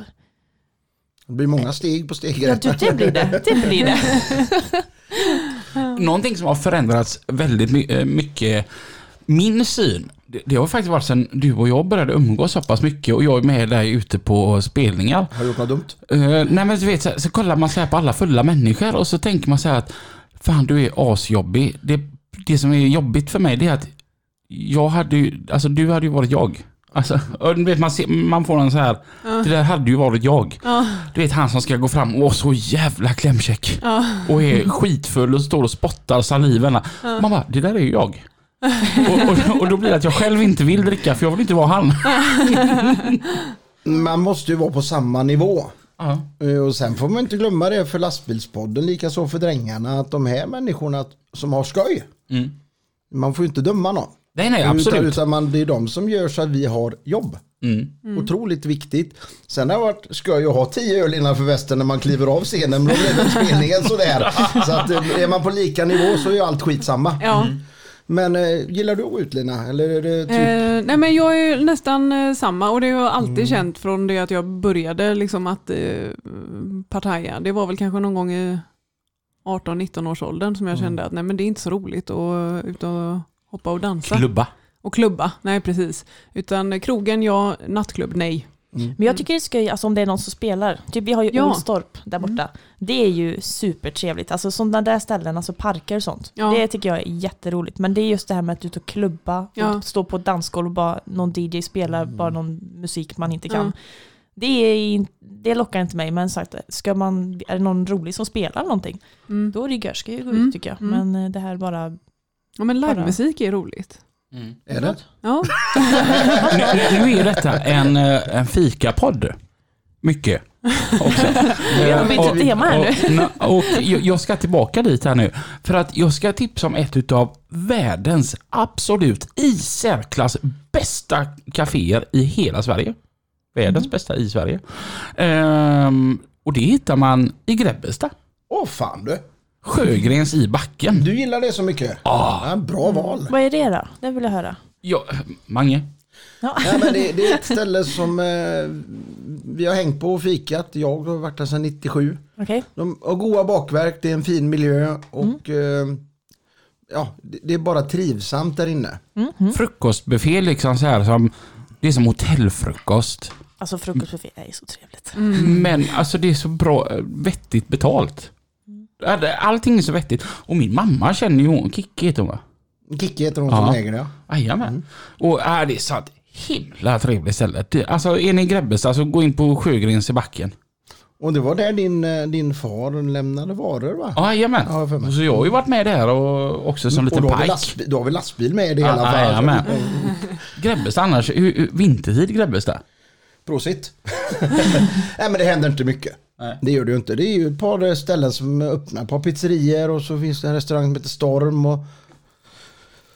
Det blir många steg på steg.
ja, du, det blir det. Det blir det.
Någonting som har förändrats väldigt my- eh, mycket, min syn, det- det har faktiskt varit sedan du och jag började umgås så pass mycket och jag är med dig ute på spelningar.
Har jag gjort något dumt?
Eh, nej men du vet, så, här, så kollar man så här på alla fulla människor och så tänker man så här att fan du är asjobbig. Det, det som är jobbigt för mig det är att jag hade ju, alltså du hade ju varit jag. Alltså, och du vet, man, ser, man får en så här, det där hade ju varit jag.
Ja.
Du vet han som ska gå fram och så jävla klämkäck.
Ja.
Och är skitfull och står och spottar saliverna. Man bara, det där är ju jag. och, och, och då blir det att jag själv inte vill dricka för jag vill inte vara han.
Man måste ju vara på samma nivå.
Ja.
Eh, Och sen får man inte glömma det för lastbilspodden, likaså för drängarna, att de här människorna som har skoj,
Mm.
man får ju inte döma någon.
Nej nej
Utan,
absolut.
utan man, det är de som gör så att vi har jobb.
Mm.
Otroligt viktigt. Sen har det varit skoj att ha tio öl innanför västen när man kliver av scenen, men då blev det spelningen sådär. Så att eh, är man på lika nivå så är ju allt skitsamma.
Ja.
Mm,
Men eh, gillar du att gå ut Lina? Eller är det typ...
Eh, nej men jag är ju nästan eh, samma och det har jag alltid
Mm.
känt från det att jag började liksom att eh, partaja. Det var väl kanske någon gång i 18-19 års åldern som jag
Mm.
kände att nej men det är inte så roligt att ut och hoppa och dansa.
Klubba.
Och klubba, nej precis. Utan krogen ja, nattklubb nej.
Men jag tycker det är skoj, alltså om det är någon som spelar. Typ vi har ju
Mm. Ja. Mm.
Olstorp där borta. Det är ju supertrevligt. Alltså sådana där ställen, alltså parker och sånt.
Ja.
Det tycker jag är jätteroligt. Men det är just det här med att ut och klubba,
Ja. Mm.
och stå på ett dansgolv och bara någon DJ spelar bara någon musik man inte kan.
Ja.
Det, är, in- det lockar inte mig, men sagt, ska man, är det någon rolig som spelar någonting,
Mm.
då är det gör, ska jag gå ut
Mm.
tycker jag.
Mm.
Men eh, det här bara...
Ja men livemusik är roligt.
Är det?
Ja,
nu, nu nu är detta en, eh, en fikapodd. Mycket. Också. Eh,
har bytt
Och-
tema här
och, och, och jag jag ska tillbaka dit här nu. För att jag ska tipsa om ett utav världens absolut i särklass bästa kaféer i hela Sverige.
Mm.
Världens bästa i Sverige. Ehm, och det hittar man i Grebbestad.
Åh fan du!
Sjögrens i backen.
Du gillar det så mycket?
Ah.
Ja, bra val.
Vad är det då? Det vill jag höra.
Ja, Mange.
Ja.
Nej, men det, det är ett ställe som eh, vi har hängt på och fikat. Jag har varit där sedan 97.
Okej.
De har goda bakverk, det är en fin miljö och
Mm.
eh, ja, det, det är bara trivsamt där inne.
Mm.
Frukostbuffé liksom så här som... Det är som hotellfrukost.
Alltså frukostbuffé är ju så trevligt.
Mm.
Men alltså det är så bra, eh, vettigt betalt.
Mm.
Ja, det- Allting är så vettigt. Och min mamma känner ju hon, Kikki heter hon va?
Kikki heter hon
Ja.
som äger det.
Jajamän.
Mm.
Och är det är så att himla trevligt ställe. Det- Alltså är ni i Grebbestad så gå in på Sjögrens i backen.
Och det var där din, eh, din far lämnade varor va?
Ja, Jajamän.
Ja, för mig.
så jag har ju varit med där och också som
Mm, och
liten
då har, vi
pajk.
lastbil, då har vi lastbil med i det
Ja,
hela
ja,
fallet.
jajamän. Grebbestad annars, hur- hur- vintertid Grebbestad.
Prosit. Nej men det händer inte mycket.
Nej.
Det gör det ju inte. Det är ju ett par ställen som öppnar, ett par pizzerier och så finns det en restaurang som heter Storm. Och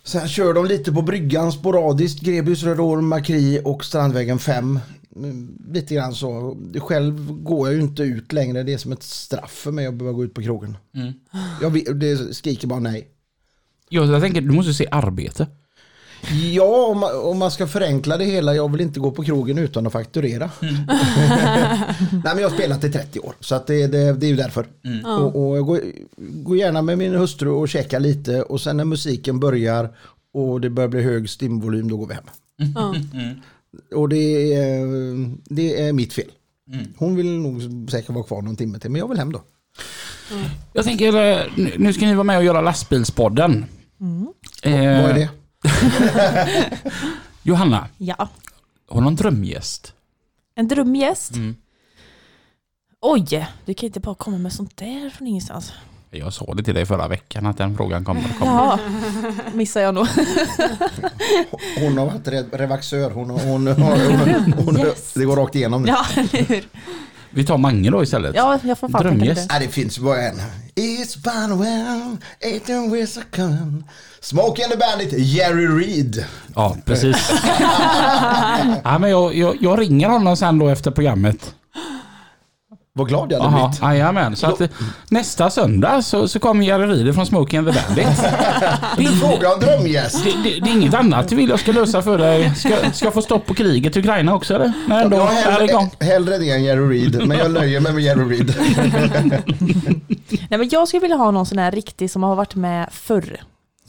sen kör de lite på bryggan sporadiskt. Grebus, Röda Orm, Makri och Strandvägen 5. Mm, Lite grann så. Själv går jag ju inte ut längre. Det är som ett straff för mig att behöva gå ut på krogen.
Mm.
Jag vill, det skriker bara nej.
Jag, jag tänker, du måste se arbete.
Ja, om man, om man ska förenkla det hela. Jag vill inte gå på krogen utan att fakturera.
Mm.
Nej, men jag har spelat i 30 år, så att det, det, det är ju därför.
Mm.
Och, och jag går, går gärna med min hustru och käkar lite och sen när musiken börjar och det börjar bli hög stimvolym, då går vi hem.
Ja.
Mm.
Och det är, det är mitt fel.
Mm.
Hon vill nog säkert vara kvar någon timme till, men jag vill hem då.
Jag tänker, eh, nu- nu ska ni vara med och göra lastbilspodden. Eh,
Mm. Vad är det?
Johanna,
Ja.
har du någon drömgäst?
En drömgäst. Oj, du kan inte bara komma med sånt där från ingenstans.
Jag sa det till dig förra veckan att den frågan kommer att komma.
Ja, missar jag nog.
Hon har varit re- revaxör. Hon, har- hon, hon, hon, hon,
Yes.
Det går rakt igenom nu.
Ja, eller hur?
Vi tar Mange då istället.
Ja, jag får fan
Drömgäst.
Drömgäst.
Ja, det finns ju bara en. It's been well, eight and we're so gone. Smoke and the Bandit, Jerry Reed.
Ja, precis. ja, men jag, jag, jag ringer honom sen då efter programmet.
Vad glad jag hade
Jaha,
blivit.
jajamän. Så att eh, nästa söndag så, så kommer Jerry Rieder från Smoking and the Bandit.
Du frågar om drömgäst.
Det, det, det är inget annat du vill jag ska lösa för dig. Ska, ska jag få stopp på kriget i Ukraina också eller? Nej, ändå.
Jag har
är igång.
hellre, hellre det än Jerry Reed, men jag nöjer mig med Jerry Reed.
Nej, men jag skulle vilja ha någon sån här riktig som har varit med förr.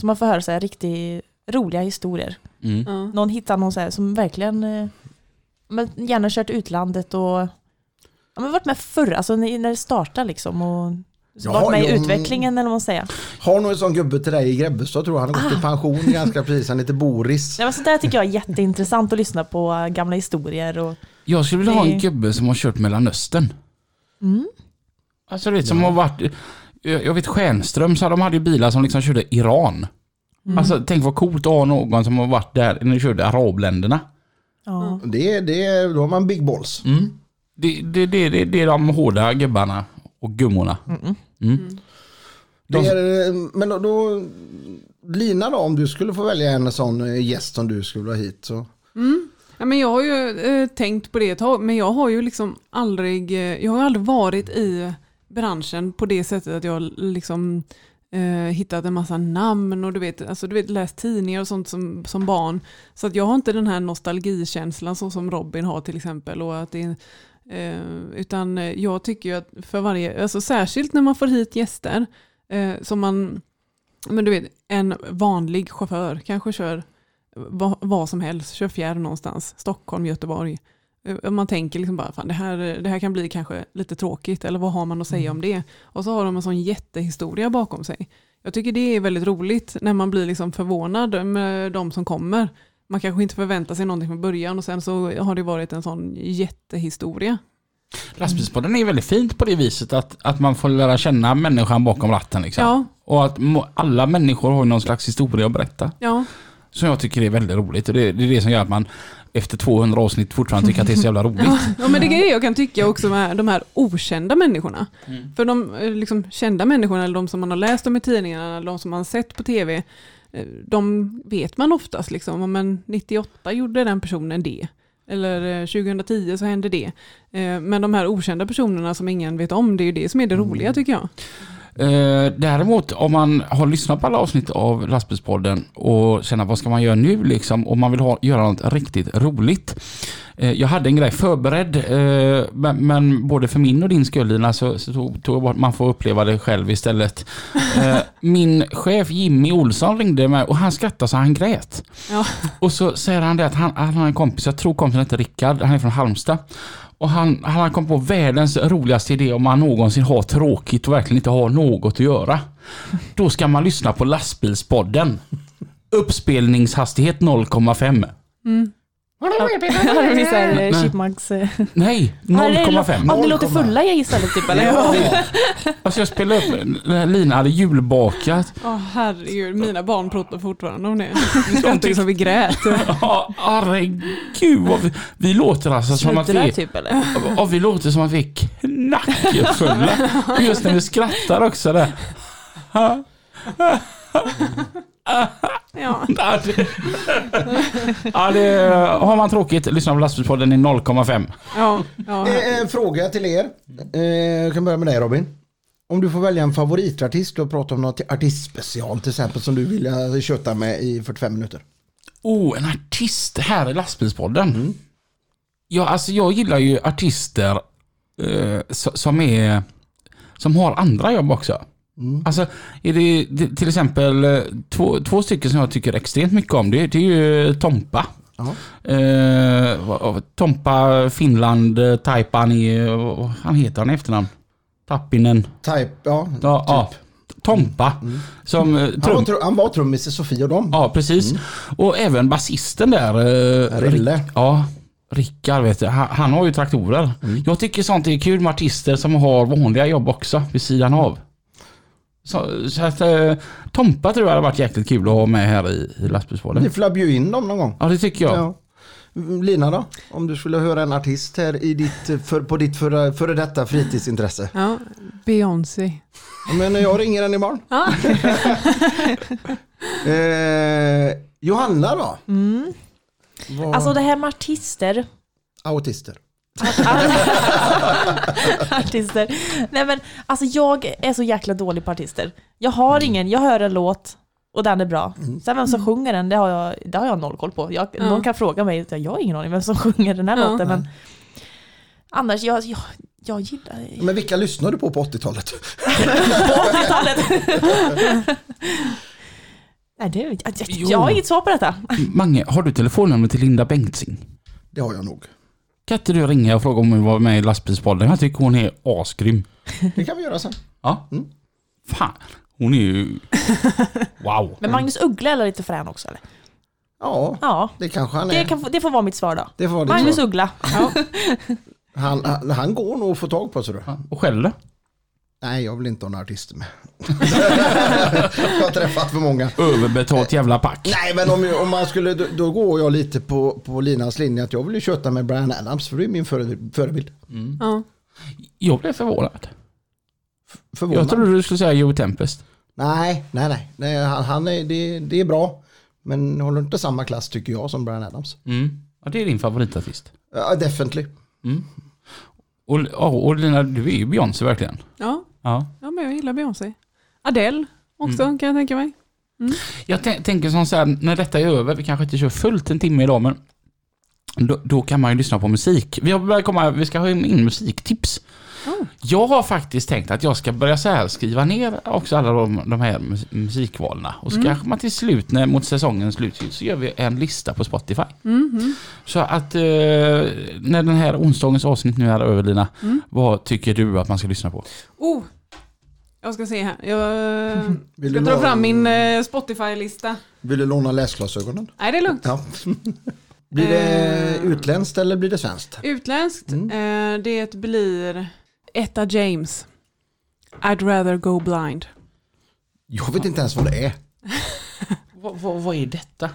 Så man får höra så här riktigt roliga historier.
Mm.
Ja.
Någon hittar någon så här som verkligen eh, men gärna kört utlandet och ja, men varit med förr, alltså när när det startade liksom. Och,
Ja,
varit med i
ja, men-
utvecklingen eller vad man säger.
Har nog en sån gubbe till dig i Grebbestad tror jag. Han har
Ah.
gått i pension ganska precis. Han heter Boris.
Nej, men sånt där tycker jag är jätteintressant att lyssna på eh, gamla historier. Och,
Jag skulle vilja ha en
Det-
gubbe som har kört Mellanöstern.
Mm.
Alltså du vet, som har varit... Jag jag vet Stjernström, så de hade ju bilar som liksom körde Iran. Alltså tänk vad coolt att ha någon som har varit där när de körde arabländerna.
ja.
Det, är- det, är- då har man big balls.
Mm. Det, det, det, det, det är de hårda gubbarna och gummorna.
Det är, men då, då, Lina då, om du skulle få välja en sån eh, gäst som du skulle ha hit. Så.
Ja, men jag har ju eh, tänkt på det ett tag, men jag har ju liksom aldrig, eh, jag har aldrig varit i branschen på det sättet att jag har liksom eh, hittat en massa namn och du vet, alltså, du vet läst tidningar och sånt som, som barn. Så att jag har inte den här nostalgikänslan så som Robin har till exempel. Och att det, är- eh, utan eh, jag tycker ju att för varje, alltså särskilt när man får hit gäster eh, som man, men du vet, en vanlig chaufför kanske kör vad, vad som helst, kör fjärr någonstans, Stockholm, Göteborg. Eh, Man tänker liksom bara, fan, det, här, det här kan bli kanske lite tråkigt, eller vad har man att säga om det? Och så har de en sån jättehistoria bakom sig. Jag tycker det är väldigt roligt när man blir liksom förvånad med de som kommer. Man kanske inte förväntar sig någonting från början och sen så har det varit en sån jättehistoria.
Lastbilspodden är väldigt fint på det viset att, att man får lära känna människan bakom ratten. Liksom.
Ja,
Och att må- alla människor har någon slags historia att berätta.
ja,
Som jag tycker är väldigt roligt. Och det, det är det som gör att man efter 200 avsnitt fortfarande tycker att det är så jävla roligt.
ja, men det är det jag kan tycka också med de här okända människorna. För de eh, liksom, kända människorna, eller de som man har läst om i tidningarna, eller de som man har sett på tv, eh, de vet man oftast. Liksom, "Ja, men 98 gjorde den personen det. Eller eh, 2010 så hände det. Eh, Men de här okända personerna som ingen vet om, det är ju det som är det roliga tycker jag.
Eh, däremot om man har lyssnat på alla avsnitt av Lastbilspodden och känner vad ska man göra nu liksom och man vill ha, göra något riktigt roligt. Eh, jag hade en grej förberedd eh, men, men både för min och din skull Lina så, så tog, tog jag bort man får uppleva det själv istället. Eh, min chef Jimmy Olsson ringde mig och han skrattade så han grät.
Ja.
Och så säger han det att han, han har en kompis, jag tror kompisen heter Rickard, han är från Halmstad. Och han, han har kommit på världens roligaste idé om man någonsin har tråkigt och verkligen inte har något att göra. Då ska man lyssna på lastbilspodden. Uppspelningshastighet 0,5.
Ja, det blir så här, eh, Chipmunks... eh.
Nej,
Ja,
0,5.
ni låter fulla i istället typ eller?
Alltså jag spelade upp när Lina hade julbakat.
Åh herregud, mina barn pratar fortfarande om det. Någonting som vi grät.
Ja, herregud. vad vi- Vi låter alltså som att
Snodde
vi
där
är
typ eller?
Ja, vi låter som att vi är knackfulla. Och just när vi skrattar också där.
Ja.
Ja, det, ja, det, har man tråkigt, lyssna på Lastbilspodden i 0,5.
Ja, ja,
Eh, eh, fråga till er. Eh, jag kan börja med dig Robin. Om du får välja en favoritartist och prata om något artistspecial till exempel som du vill eh, köta med i 45 minuter.
Oh, en artist här i Lastbilspodden. Ja, alltså jag gillar ju artister eh, so- som är som har andra jobb också. Alltså, är det, det, till exempel eh, två, två stycken som jag tycker extremt mycket om, det, det är ju Tompa.
Ja.
Eh, vad- vad- Tompa, Finland, eh, Taipani, eh, vad han heter han i efternamn? Tappinen.
Type, ja.
Ja, ja.
Typ.
Tompa.
Mm.
Som eh,
Han var,
trum.
tru- han var trummis i Sofie och dem.
Ja, precis. Och även basisten där. eh,
Mm. Rille.
Rick- Ja, Rickard vet du. Han, han har ju traktorer.
Mm.
Jag tycker sånt är kul med artister som har vanliga jobb också vid sidan av. Så, så att eh, Tompa tror jag hade varit jäkligt kul att ha med här i, i
Vi
lastbilspodden.
flabbade ju in dem någon gång.
Ja, det tycker jag.
Ja. Lina då? Om du skulle höra en artist här i ditt, för, på ditt före, före detta fritidsintresse.
Ja, Beyoncé.
Men jag ringer henne imorgon.
Ja.
Eh, Johanna då?
Mm.
Vad-
Alltså det här med artister.
Autister.
artister. Nej men alltså jag är så jäkla dålig på artister. Jag har
Mm.
ingen, jag hör en låt och den är bra. Sen vem som sjunger den, det har jag, det har jag noll koll på. Jag,
Ja.
Någon kan fråga mig, jag har ingen aning vem som sjunger den här
Ja.
låten. Men annars, jag, jag, jag gillar
Men vilka lyssnade du på på 80-talet?
Nej, det, jag, jag,
Jo.
jag har inget svar på detta.
Mange, har du telefonnumret till Linda Bengtzing?
Det har jag nog.
Kan inte du ringa och fråga om hon var med i lastbilspodden? Jag tycker hon är asgrym.
Det kan vi göra sen.
Ja. Fan, hon är ju... Wow.
Men Magnus Uggla är lite frän också eller?
Ja,
Ja,
det kanske han är.
det, kan, få- det får vara mitt svar då.
Det får vara ditt
Magnus
svar.
Uggla.
han, han, han går nog att få tag på. Så du.
Och själv då?
Nej, jag vill inte ha några artister med. jag har träffat för många.
Överbetalt jävla pack.
Nej, men om, om man skulle, då, då går jag lite på, på Linas linje att jag vill ju köta med Brian Adams för det är min före, förebild.
Ja.
Jag blev förvånad.
Förvånad.
Jag trodde du skulle säga Joe Tempest.
Nej, nej, nej. nej han, han är, det, det är bra. Men håller inte samma klass tycker jag som Brian Adams.
Ja, det är din favoritartist.
Ja, definitely.
Och, och, och Lina, du är ju Beyoncé verkligen.
Ja.
Ja.
ja, men jag gillar Beyoncé. Adele också
Mm.
kan jag tänka mig.
Jag tän- tänker som så här, när detta är över, vi kanske inte kör fullt en timme idag, men då, då kan man ju lyssna på musik. Vi, har börjat komma, vi ska ha in musiktips.
Oh.
Jag har faktiskt tänkt att jag ska börja så här skriva ner också alla de, de här mus- musikvalen. Och så kanske man till slut, när, mot säsongens slut, så gör vi en lista på Spotify. Så att eh, när den här onsdagens avsnitt nu är över Lina, vad tycker du att man ska lyssna på?
Oh. Jag ska se här. Jag
Vill
ska
du
dra
låna-
fram min eh, Spotify-lista.
Vill du låna läsglasögonen?
Nej, det är lugnt.
Ja. blir det
Eh.
utländskt eller blir det svenskt?
Utländskt,
Mm.
eh, det blir Etta James. I'd rather go blind.
Jag vet inte ens vad det är.
vad är detta?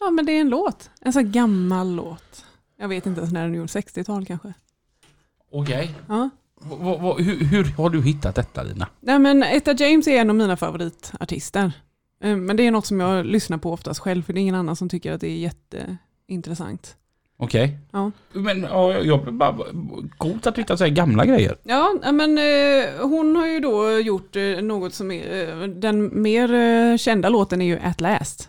Ja, men det är en låt. En sån här gammal låt. Jag vet inte ens när den gjordes, 60-tal kanske.
Okej.
Ja.
Vad- vad- hur, hur har du hittat detta Lina?
Nej, men Etta James är en av mina favoritartister. Eh, Men det är något som jag lyssnar på oftast själv, för det är ingen annan som tycker att det är jätteintressant.
Okej.
Ja.
Men ja, jag- jag blir bara coolt att du hittar så här gamla grejer.
Ja, eh, men eh, hon har ju då gjort eh, något som är, eh, den mer eh, kända låten är ju At Last.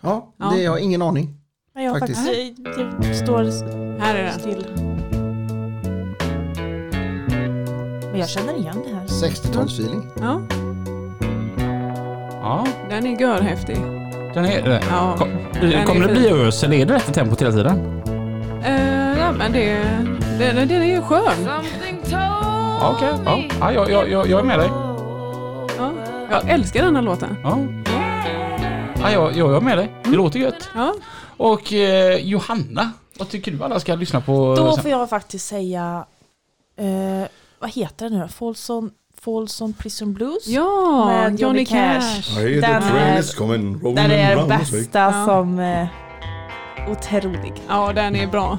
Ja,
Ja.
det har jag ingen aning.
Men jag har
Faktiskt.
faktiskt, det står
Här är den.
still. Men jag känner igen det här.
60-talsfeeling.
Ja,
Ja,
den är görhäftig.
den är
Ja.
Kom,
är
Kommer det
fin.
bli ös eller är det detta tempot hela tiden?
Eh, ja, men det, den, den är ju skön.
Ja, Okej, ja. ja jag, jag, jag, jag är med dig.
Ja, jag älskar den här låten.
Ja. Ja, jag, jag är med dig.
Mm.
Det låter gött.
Ja,
Och eh, Johanna, vad tycker du alla ska lyssna på?
Då
sen?
får jag faktiskt säga, eh, vad heter den nu då? Falls on, Falls on Prison Blues?
ja
Men Johnny
Johnny Cash.
Cash.
I hear
Den
the train
är-
is coming rolling
Den är den
round the
bästa
Ja.
som... Eh, otrolig.
Ja, den är bra.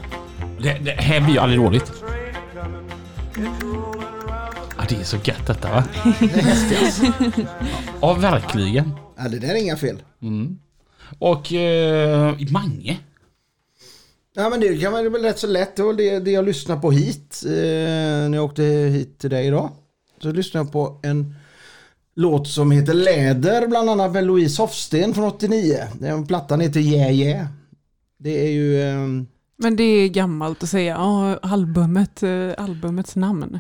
Det, det här blir ju aldrig roligt. Ja, det är så gött detta va? ja, verkligen.
Ja, det där är inga fel.
Och eh, Mange.
Ja, men det kan vara väl rätt så lätt. Det var det, det jag lyssnade på hit. Eh, när jag åkte hit till dig idag. Så lyssnade jag på en låt som heter Läder. Bland annat med Louise Hofsten från 89. Den plattan heter Yeah Yeah. Det är ju... ehm,
Men det är gammalt att säga ja, albumet, eh, albumets namn.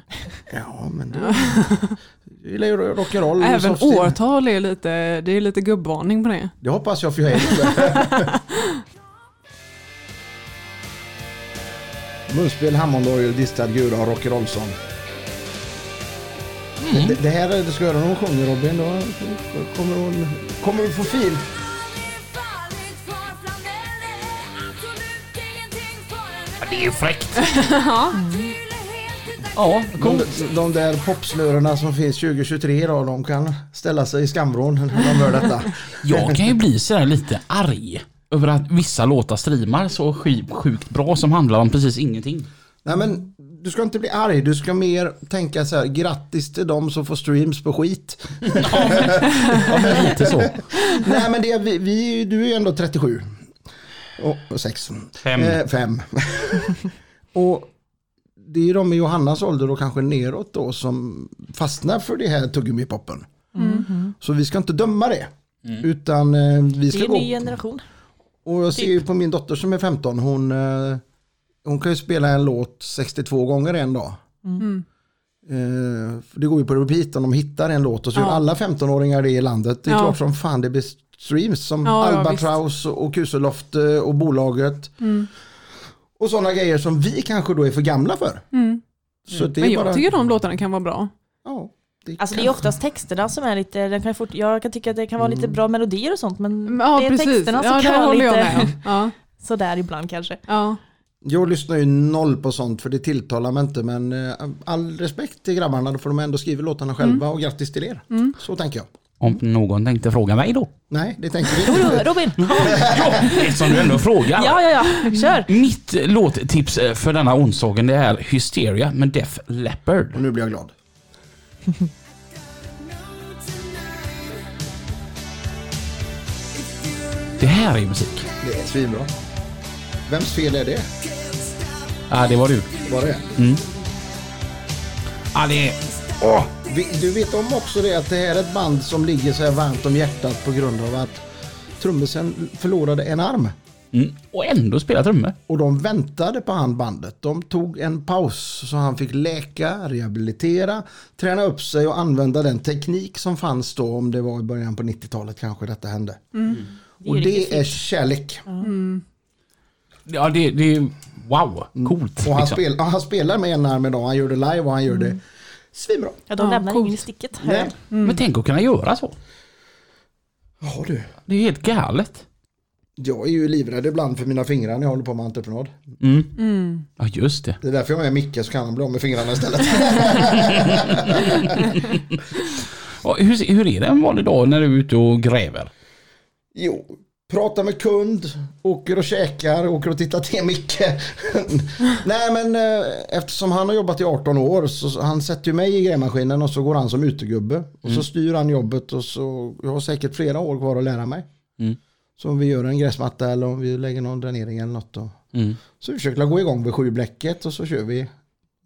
ja, men det... Jag gillar ju rock'n'roll. Louise
Även
Hofsten.
årtal är lite, det är lite gubbvarning på det.
Det hoppas jag för jag är inte. Munspel, Hammondorgel, distad gura och Rocky Rolson. Det, det här är- det ska jag göra när hon sjunger Robin. Då kommer hon, kommer hon få fil.
Det är ju fräckt.
Ja, de, de där popslörerna som finns 2023 idag, de kan ställa sig i skamvrån när de hör detta.
Jag kan ju bli sådär lite arg över att vissa låtar streamar så sky- sjukt bra som handlar om precis ingenting.
Nej men du ska inte bli arg, du ska mer tänka så här, grattis till dem som får streams på skit.
Ja, men lite så.
Nej men det, vi, vi, du är ju ändå 37. Och, och sex.
Fem.
Eh, fem. och det är ju de i Johannas ålder och kanske neråt då som fastnar för det här tuggummipoppen.
Mm.
Så vi ska inte döma det. Utan eh, vi
Det
ska
är en ny
gå.
generation.
Och jag ser
Typ.
ju på min dotter som är 15, hon, eh, hon kan ju spela en låt 62 gånger en dag.
Mm.
Eh, för det går ju på repeat om de hittar en låt och så
Ja.
gör alla 15-åringar det i landet. Det är
Ja.
klart som fan det blir streams som
Ja, ja,
Albatraus och Kuseloft eh, och bolaget.
Mm.
Och sådana grejer som vi kanske då är för gamla för.
Mm.
Så det är
Men jag
bara,
tycker de låtarna kan vara bra.
ja, det
Alltså det är
kanske-
oftast texterna som är lite, den kan ju fort, jag kan tycka att det kan vara lite bra melodier och sånt men
Ja,
Mm, det är
precis.
texterna som
ja,
kan
det
vara
håller jag
lite
med om. Ja,
sådär ibland kanske.
ja.
Jag lyssnar ju noll på sånt för det tilltalar mig inte men eh, all respekt till grabbarna då får de ändå skriva låtarna själva och grattis till er. Så tänker jag.
Om någon tänkte fråga mig då.
Nej, det tänker vi
Jo,
inte.
Robin!
Ja, eftersom du ändå frågar.
Ja, ja,
Mm.
ja, kör!
Mitt låttips eh, för denna onsdagen det är Hysteria med Def Leppard.
Och nu blir jag glad.
Det här är ju musik.
Det är svinbra. Vems fel är det?
Ja, det var du.
Var det?
Ja, det är...
Åh, vi, du vet om också det att det här är ett band som ligger så här varmt om hjärtat på grund av att trummisen förlorade en arm.
Mm. Och ändå spela trummor.
Och de väntade på han bandet. De tog en paus så han fick läka, rehabilitera, träna upp sig och använda den teknik som fanns då om det var i början på 90-talet kanske detta hände. Och
ju riktigt
det är kärlek.
Ja, det, det är... Wow, coolt.
Mm. Och han,
liksom.
spel, ja, han spelar med en arm idag, han gör det live och han gör det svinbra.
Ja, de
Ja,
lämnar
coolt.
ingen i sticket. hör jag.
Nej.
Men tänk att kunna göra så.
Ja du.
Det är ju helt galet.
Jag är ju livrädd ibland för mina fingrar när jag håller på med entreprenad.
Mm. Ja, just det.
Det är därför jag har med Micke så kan han bli av med fingrarna istället.
Ja, hur, hur är det en vanlig dag när du är ute och gräver?
Jo, prata med kund, åker och käkar, åker och tittar till Micke. Nej men eh, eftersom han har jobbat i 18 år så han sätter ju mig i grävmaskinen och så går han som utegubbe. Och
Mm.
så styr han jobbet och så jag har säkert flera år kvar att lära mig.
Mm.
Så om vi gör en gräsmatta eller om vi lägger någon dränering eller något. Då.
Mm.
Så vi försöker gå igång vid sju bläcket och så kör vi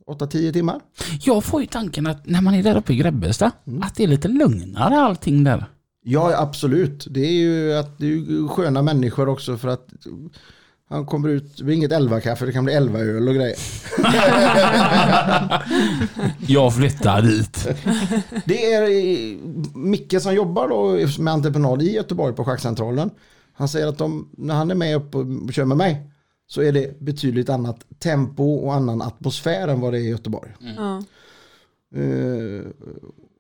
8-10 timmar.
Jag får ju tanken att när man är där uppe i Grebbestad, att det är lite lugnare allting där.
Ja, absolut. Det är ju att det är ju sköna människor också för att han kommer ut, det blir inget elva kaffe, det kan bli elva öl och grejer.
Jag flyttar dit.
Det är eh, Micke som jobbar då med entreprenad i Göteborg på Schackcentralen. Han säger att de, när han är med upp och kör med mig så är det betydligt annat tempo och annan atmosfär än vad det är i Göteborg.
Ja.
Eh,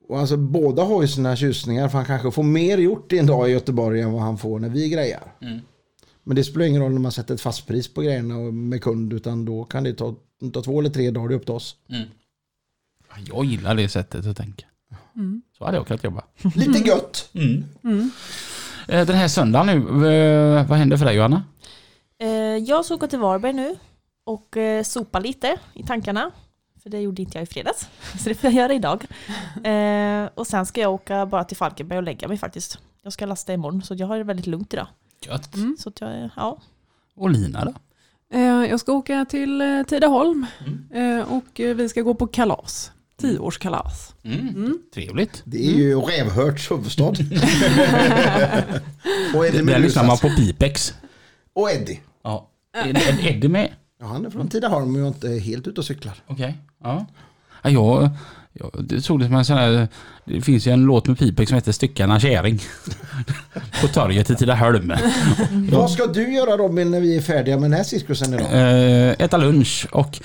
och alltså, båda har ju sina tjusningar för han kanske får mer gjort i en dag i Göteborg än vad han får när vi grejar. Men det spelar ingen roll när man sätter ett fast pris på grejerna och- med kund utan då kan det ta, ta två eller tre dagar det är upp till oss.
Jag gillar det sättet att tänka. Så hade jag kunnat jobba.
Lite gött!
Eh, Den här söndagen nu, eh, vad händer för dig Johanna?
Eh, Jag ska åka till Varberg nu och eh, sopa lite i tankarna. För det gjorde inte jag i fredags, så det får jag göra idag. Eh, Och sen ska jag åka bara till Falkenberg och lägga mig faktiskt. Jag ska lasta imorgon, så jag har det väldigt lugnt idag.
Gött.
Mm.
Så att jag, ja.
Mm. Och Lina då?
Eh, Jag ska åka till eh, Tidaholm eh, och eh, vi ska gå på kalas. Tioårskalas.
Trevligt.
Det är ju Rävhörts huvudstad. och Eddie
Där lyssnar man
Meduza.
på Pipex.
Och Eddie.
Ja. Är är- är Eddie med?
Ja, han är från Tidaholm och jag är inte helt ute och cyklar.
Okej. Ja. Ja, jag, Ja, det såg det som en sån här, det finns ju en låt med Pipek som heter Styckarna käring. På torget i Tidaholm.
Vad ska du göra Robin när vi är färdiga med den här cirkusen idag?
Eh, äta lunch och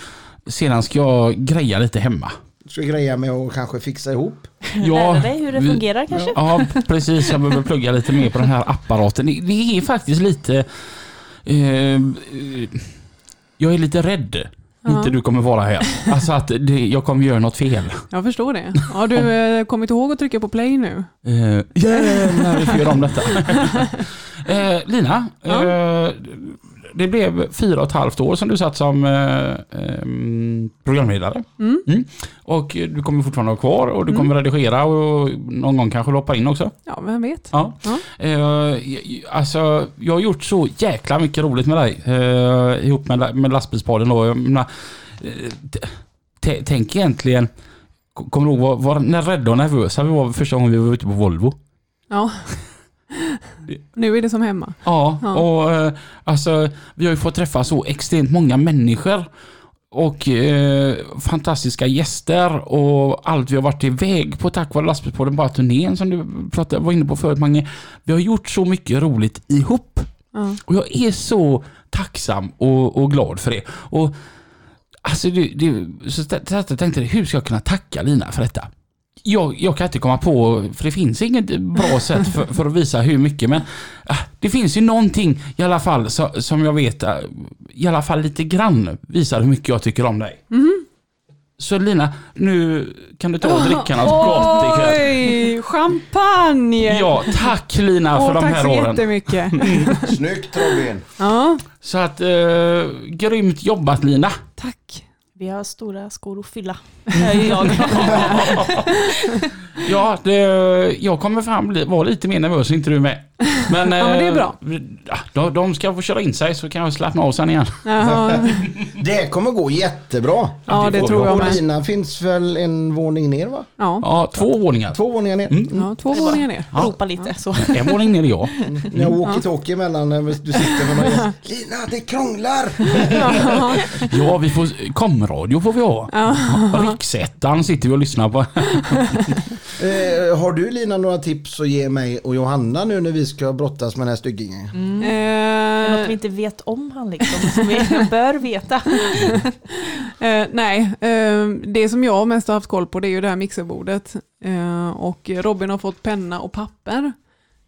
sedan ska jag greja lite hemma.
Du ska greja med att kanske fixa ihop.
Lära dig hur det
vi-
fungerar kanske?
Ja, precis. Jag behöver plugga lite mer på den här apparaten. Det, det är faktiskt lite... Eh, eh, jag är lite rädd. Inte du kommer vara här. Alltså att det, jag kommer göra något fel.
Jag förstår det. Har du eh, kommit ihåg att trycka på play nu?
Eh, Jävlar, vi får göra om detta. eh, Lina,
Ja.
eh, det blev fyra och ett halvt år som du satt som eh, ehm, programledare.
Mm.
Och eh, du kommer fortfarande vara kvar och du kommer redigera och någon gång kanske hoppa in också.
Ja, vem vet?
Ja.
Ja.
Eh, alltså, jag har gjort så jäkla mycket roligt med dig eh, ihop med, la- med lastbilspodden. Då. Jag menar, eh, t- t- tänk egentligen, k- kommer du ihåg vad, vad när rädda och nervösa vi var första gången vi var ute på Volvo?
Ja. Nu är det som hemma.
Ja,
Ja.
och eh, alltså vi har ju fått träffa så extremt många människor och eh, fantastiska gäster och allt vi har varit iväg på tack vare lastbilspodden, bara turnén som du pratade, var inne på förut Mange. Vi har gjort så mycket roligt ihop
Ja.
och jag är så tacksam och, och glad för det. Och alltså det, det, så satt jag och tänkte, hur ska jag kunna tacka Lina för detta? Jag, jag kan inte komma på, för det finns inget bra sätt för, för att visa hur mycket, men ah, det finns ju någonting i alla fall så, som jag vet, ah, i alla fall lite grann visar hur mycket jag tycker om dig.
Mhm.
Så Lina, nu kan du ta och dricka något gott ikväll.
Oj, champagne!
Ja, tack Lina för
Åh,
de
tack
här
så
åren.
jättemycket.
Snyggt Robin.
Ja,
Så att, eh, grymt jobbat Lina.
tack.
Vi har stora skor att fylla.
Ja, det, jag kommer fram bli, vara lite mer nervös, inte du med. Men,
Ja, men det är
eh,
bra.
De, de ska få köra in sig så kan jag slappna av sen igen.
Jaha.
Det kommer gå jättebra.
Ja, det tror jag
Och
med.
Lina finns väl en våning ner va?
Ja,
Ja, två våningar.
Två våningar ner.
ja två våningar ner.
Ropa lite så.
En våning ner är jag.
När jag walkie-talkie emellan när eh, du sitter med någon gäst. Lina det krånglar!
Ja.
Ja, vi får, komradio får vi ha. Riksettan sitter vi och lyssnar på.
Eh, har du Lina några tips att ge mig och Johanna nu när vi ska brottas med den här styggingen?
Det är något vi
Eh,
inte vet om han liksom, som vi bör veta.
eh, nej, eh, det som jag mest har haft koll på det är ju det här mixerbordet. Eh, och Robin har fått penna och papper.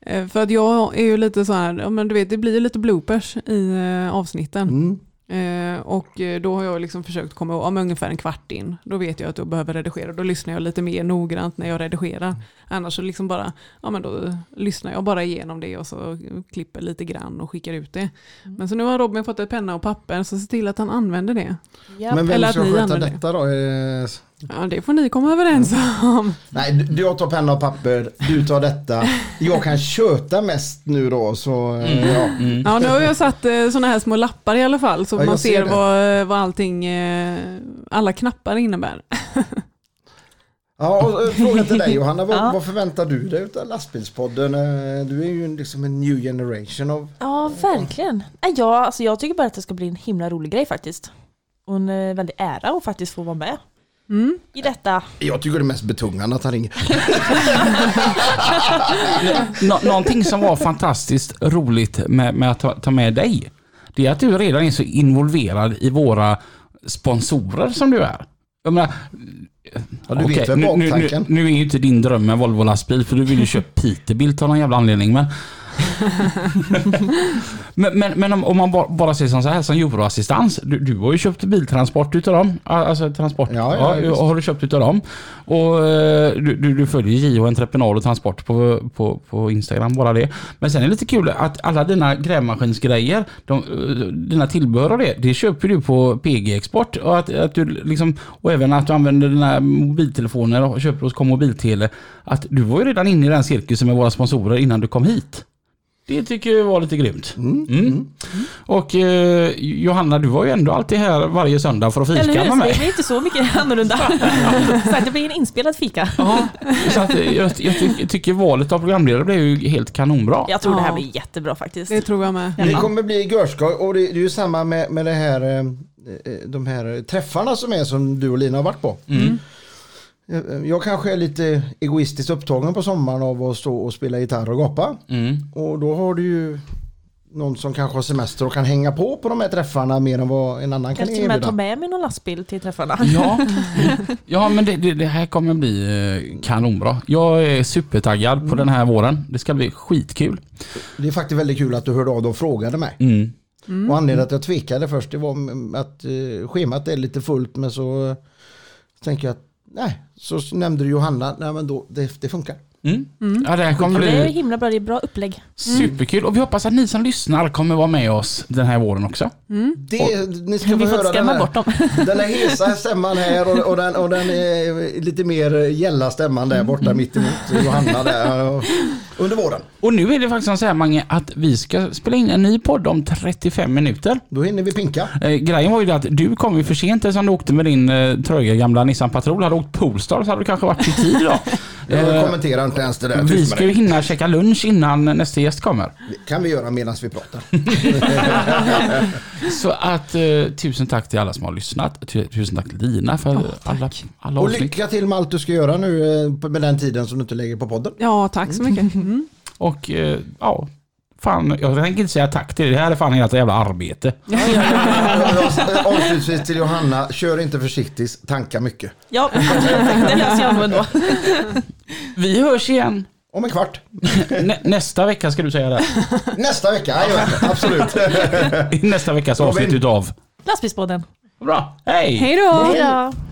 Eh, för att jag är ju lite så här, ja, men du vet det blir ju lite bloopers i eh, avsnitten.
Mm.
Eh, och eh, då har jag liksom försökt komma ihåg, om ungefär en kvart in, då vet jag att jag behöver redigera. Då lyssnar jag lite mer noggrant när jag redigerar. Annars så liksom bara, ja men då lyssnar jag bara igenom det och så klipper lite grann och skickar ut det. Men så nu har Robin fått ett penna och papper, så se till att han använder det.
Ja.
Men
Eller
vem
att
ska
ni
sköta
använder det.
detta då? Eh,
Ja, det får ni komma överens
Mm.
om.
Nej, du- jag tar penna och papper, du tar detta. Jag kan köta mest nu då så eh, ja.
Ja, nu har jag satt sådana här små lappar i alla fall, så
Ja, jag
man ser
ser det.
vad, vad allting, eh, alla knappar innebär.
ja och, eh, fråga till dig Johanna, vad,
Ja.
vad förväntar du dig av lastbilspodden? Eh, Du är ju en- liksom en new generation av...
Ja, verkligen. Nej, Jag, alltså, jag tycker bara att det ska bli en himla rolig grej faktiskt. Och en eh, väldig ära att faktiskt få vara med
Mm.
i detta.
Jag tycker det är mest betungande att han ringer.
Nå- någonting som var fantastiskt roligt med, med att ta, ta med dig, det är att du redan är så involverad i våra sponsorer som du är. Jag menar,
Ja, du
Okej,
vet väl
nu, nu,
baktanken?
nu, nu är ju inte din dröm en Volvo lastbil för du vill ju köpa Peterbilt av någon jävla anledning. Men, men, men, men om, om man bara, bara ser som så här som Euroassistans. Du, du har ju köpt biltransport utav dem. Ah, Alltså transport.
Ja, ja, visst.
har du köpt utav dem. Och eh, du, du, du följer JH Entreprenad och Transport på, på, på Instagram. Bara det. Men sen är det lite kul att alla dina grävmaskinsgrejer, de, eh, dina tillbehör och det, det köper du på PG Export. Och, att, att du liksom, och även att du använder dina mobiltelefoner och köper hos Mobiltele. Att du var ju redan inne i den cirkusen med våra sponsorer innan du kom hit. Det tycker jag var lite grymt. Mm. Och eh, Johanna, du var ju ändå alltid här varje söndag för att fika
Eller hur?
med
Så det
mig.
blir inte så mycket annorlunda. Så att det blir en inspelad fika.
Ja, så att eh, jag, jag ty- tycker valet av programledare blev ju helt kanonbra.
Jag tror det här
Ja.
blir jättebra faktiskt.
Det tror jag med.
Det kommer bli görskoj och det, det är ju samma med, med det här, eh, eh, de här träffarna som är som du och Lina har varit på. Eh, Jag kanske är lite egoistiskt upptagen på sommaren av att stå och spela gitarr och gapa.
Mm.
Och då har du ju någon som kanske har semester och kan hänga på på de här träffarna mer än vad en annan kan
Kanske till och med ta
erbjuda.
med mig någon lastbil till träffarna.
Ja, ja men det, det, det här kommer bli eh, kanonbra. Jag är supertaggad på den här våren. Det ska bli skitkul.
Det är faktiskt väldigt kul att du hörde av dig och frågade mig.
Mm.
Och anledningen att jag tvekade först det var mm, att eh, schemat är lite fullt men så eh, tänker jag att nej, så nämnde du Johanna, nej men då, det, det funkar.
Mm. Ja, det här kommer
Ja, det är ju
bli
himla bra, det är bra upplägg.
superkul. Och vi hoppas att ni som lyssnar kommer vara med oss den här våren också.
Det, ni ska få
Vi får
höra den
inte skrämma bort
här,
dem.
den här hesa stämman här och, och, den, och den eh, lite mer eh, gälla stämman där
Mm.
borta mittemot Johanna där eh, under våren.
Och nu är det faktiskt så här Mange, att vi ska spela in en ny podd om 35 minuter.
Då hinner vi pinka.
Eh, grejen var ju det att du kom ju för sent eftersom du åkte med din eh, tröga gamla Nissan Patrol. Hade du åkt Polestar så hade du kanske varit i tid då.
Jag
Eh,
kommenterar inte ens det där.
vi
tyst med
ska ju
dig.
hinna käka lunch innan nästa gäst kommer.
Det kan vi göra medan vi pratar.
Så att eh, tusen tack till alla som har lyssnat. Tu- Tusen tack till Lina för alla, alla
Och
avsnitt.
lycka till med allt du ska göra nu eh, med den tiden som du inte lägger på podden.
Ja, tack så mycket. Mm.
Och eh, ja, fan jag tänker inte säga tack till dig. Det här är fan hela ett jävla arbete.
Avslutningsvis till Johanna, kör inte försiktigt, tanka mycket.
Ja, det löser jag nog ändå.
Vi hörs igen.
Om en kvart.
Nä, nästa vecka ska du säga det.
Nästa vecka, jajamän, absolut.
I Nästa veckas avsnitt
Robin.
utav.
Lastbilspodden.
Bra, hej!
Hej då!
Hej då!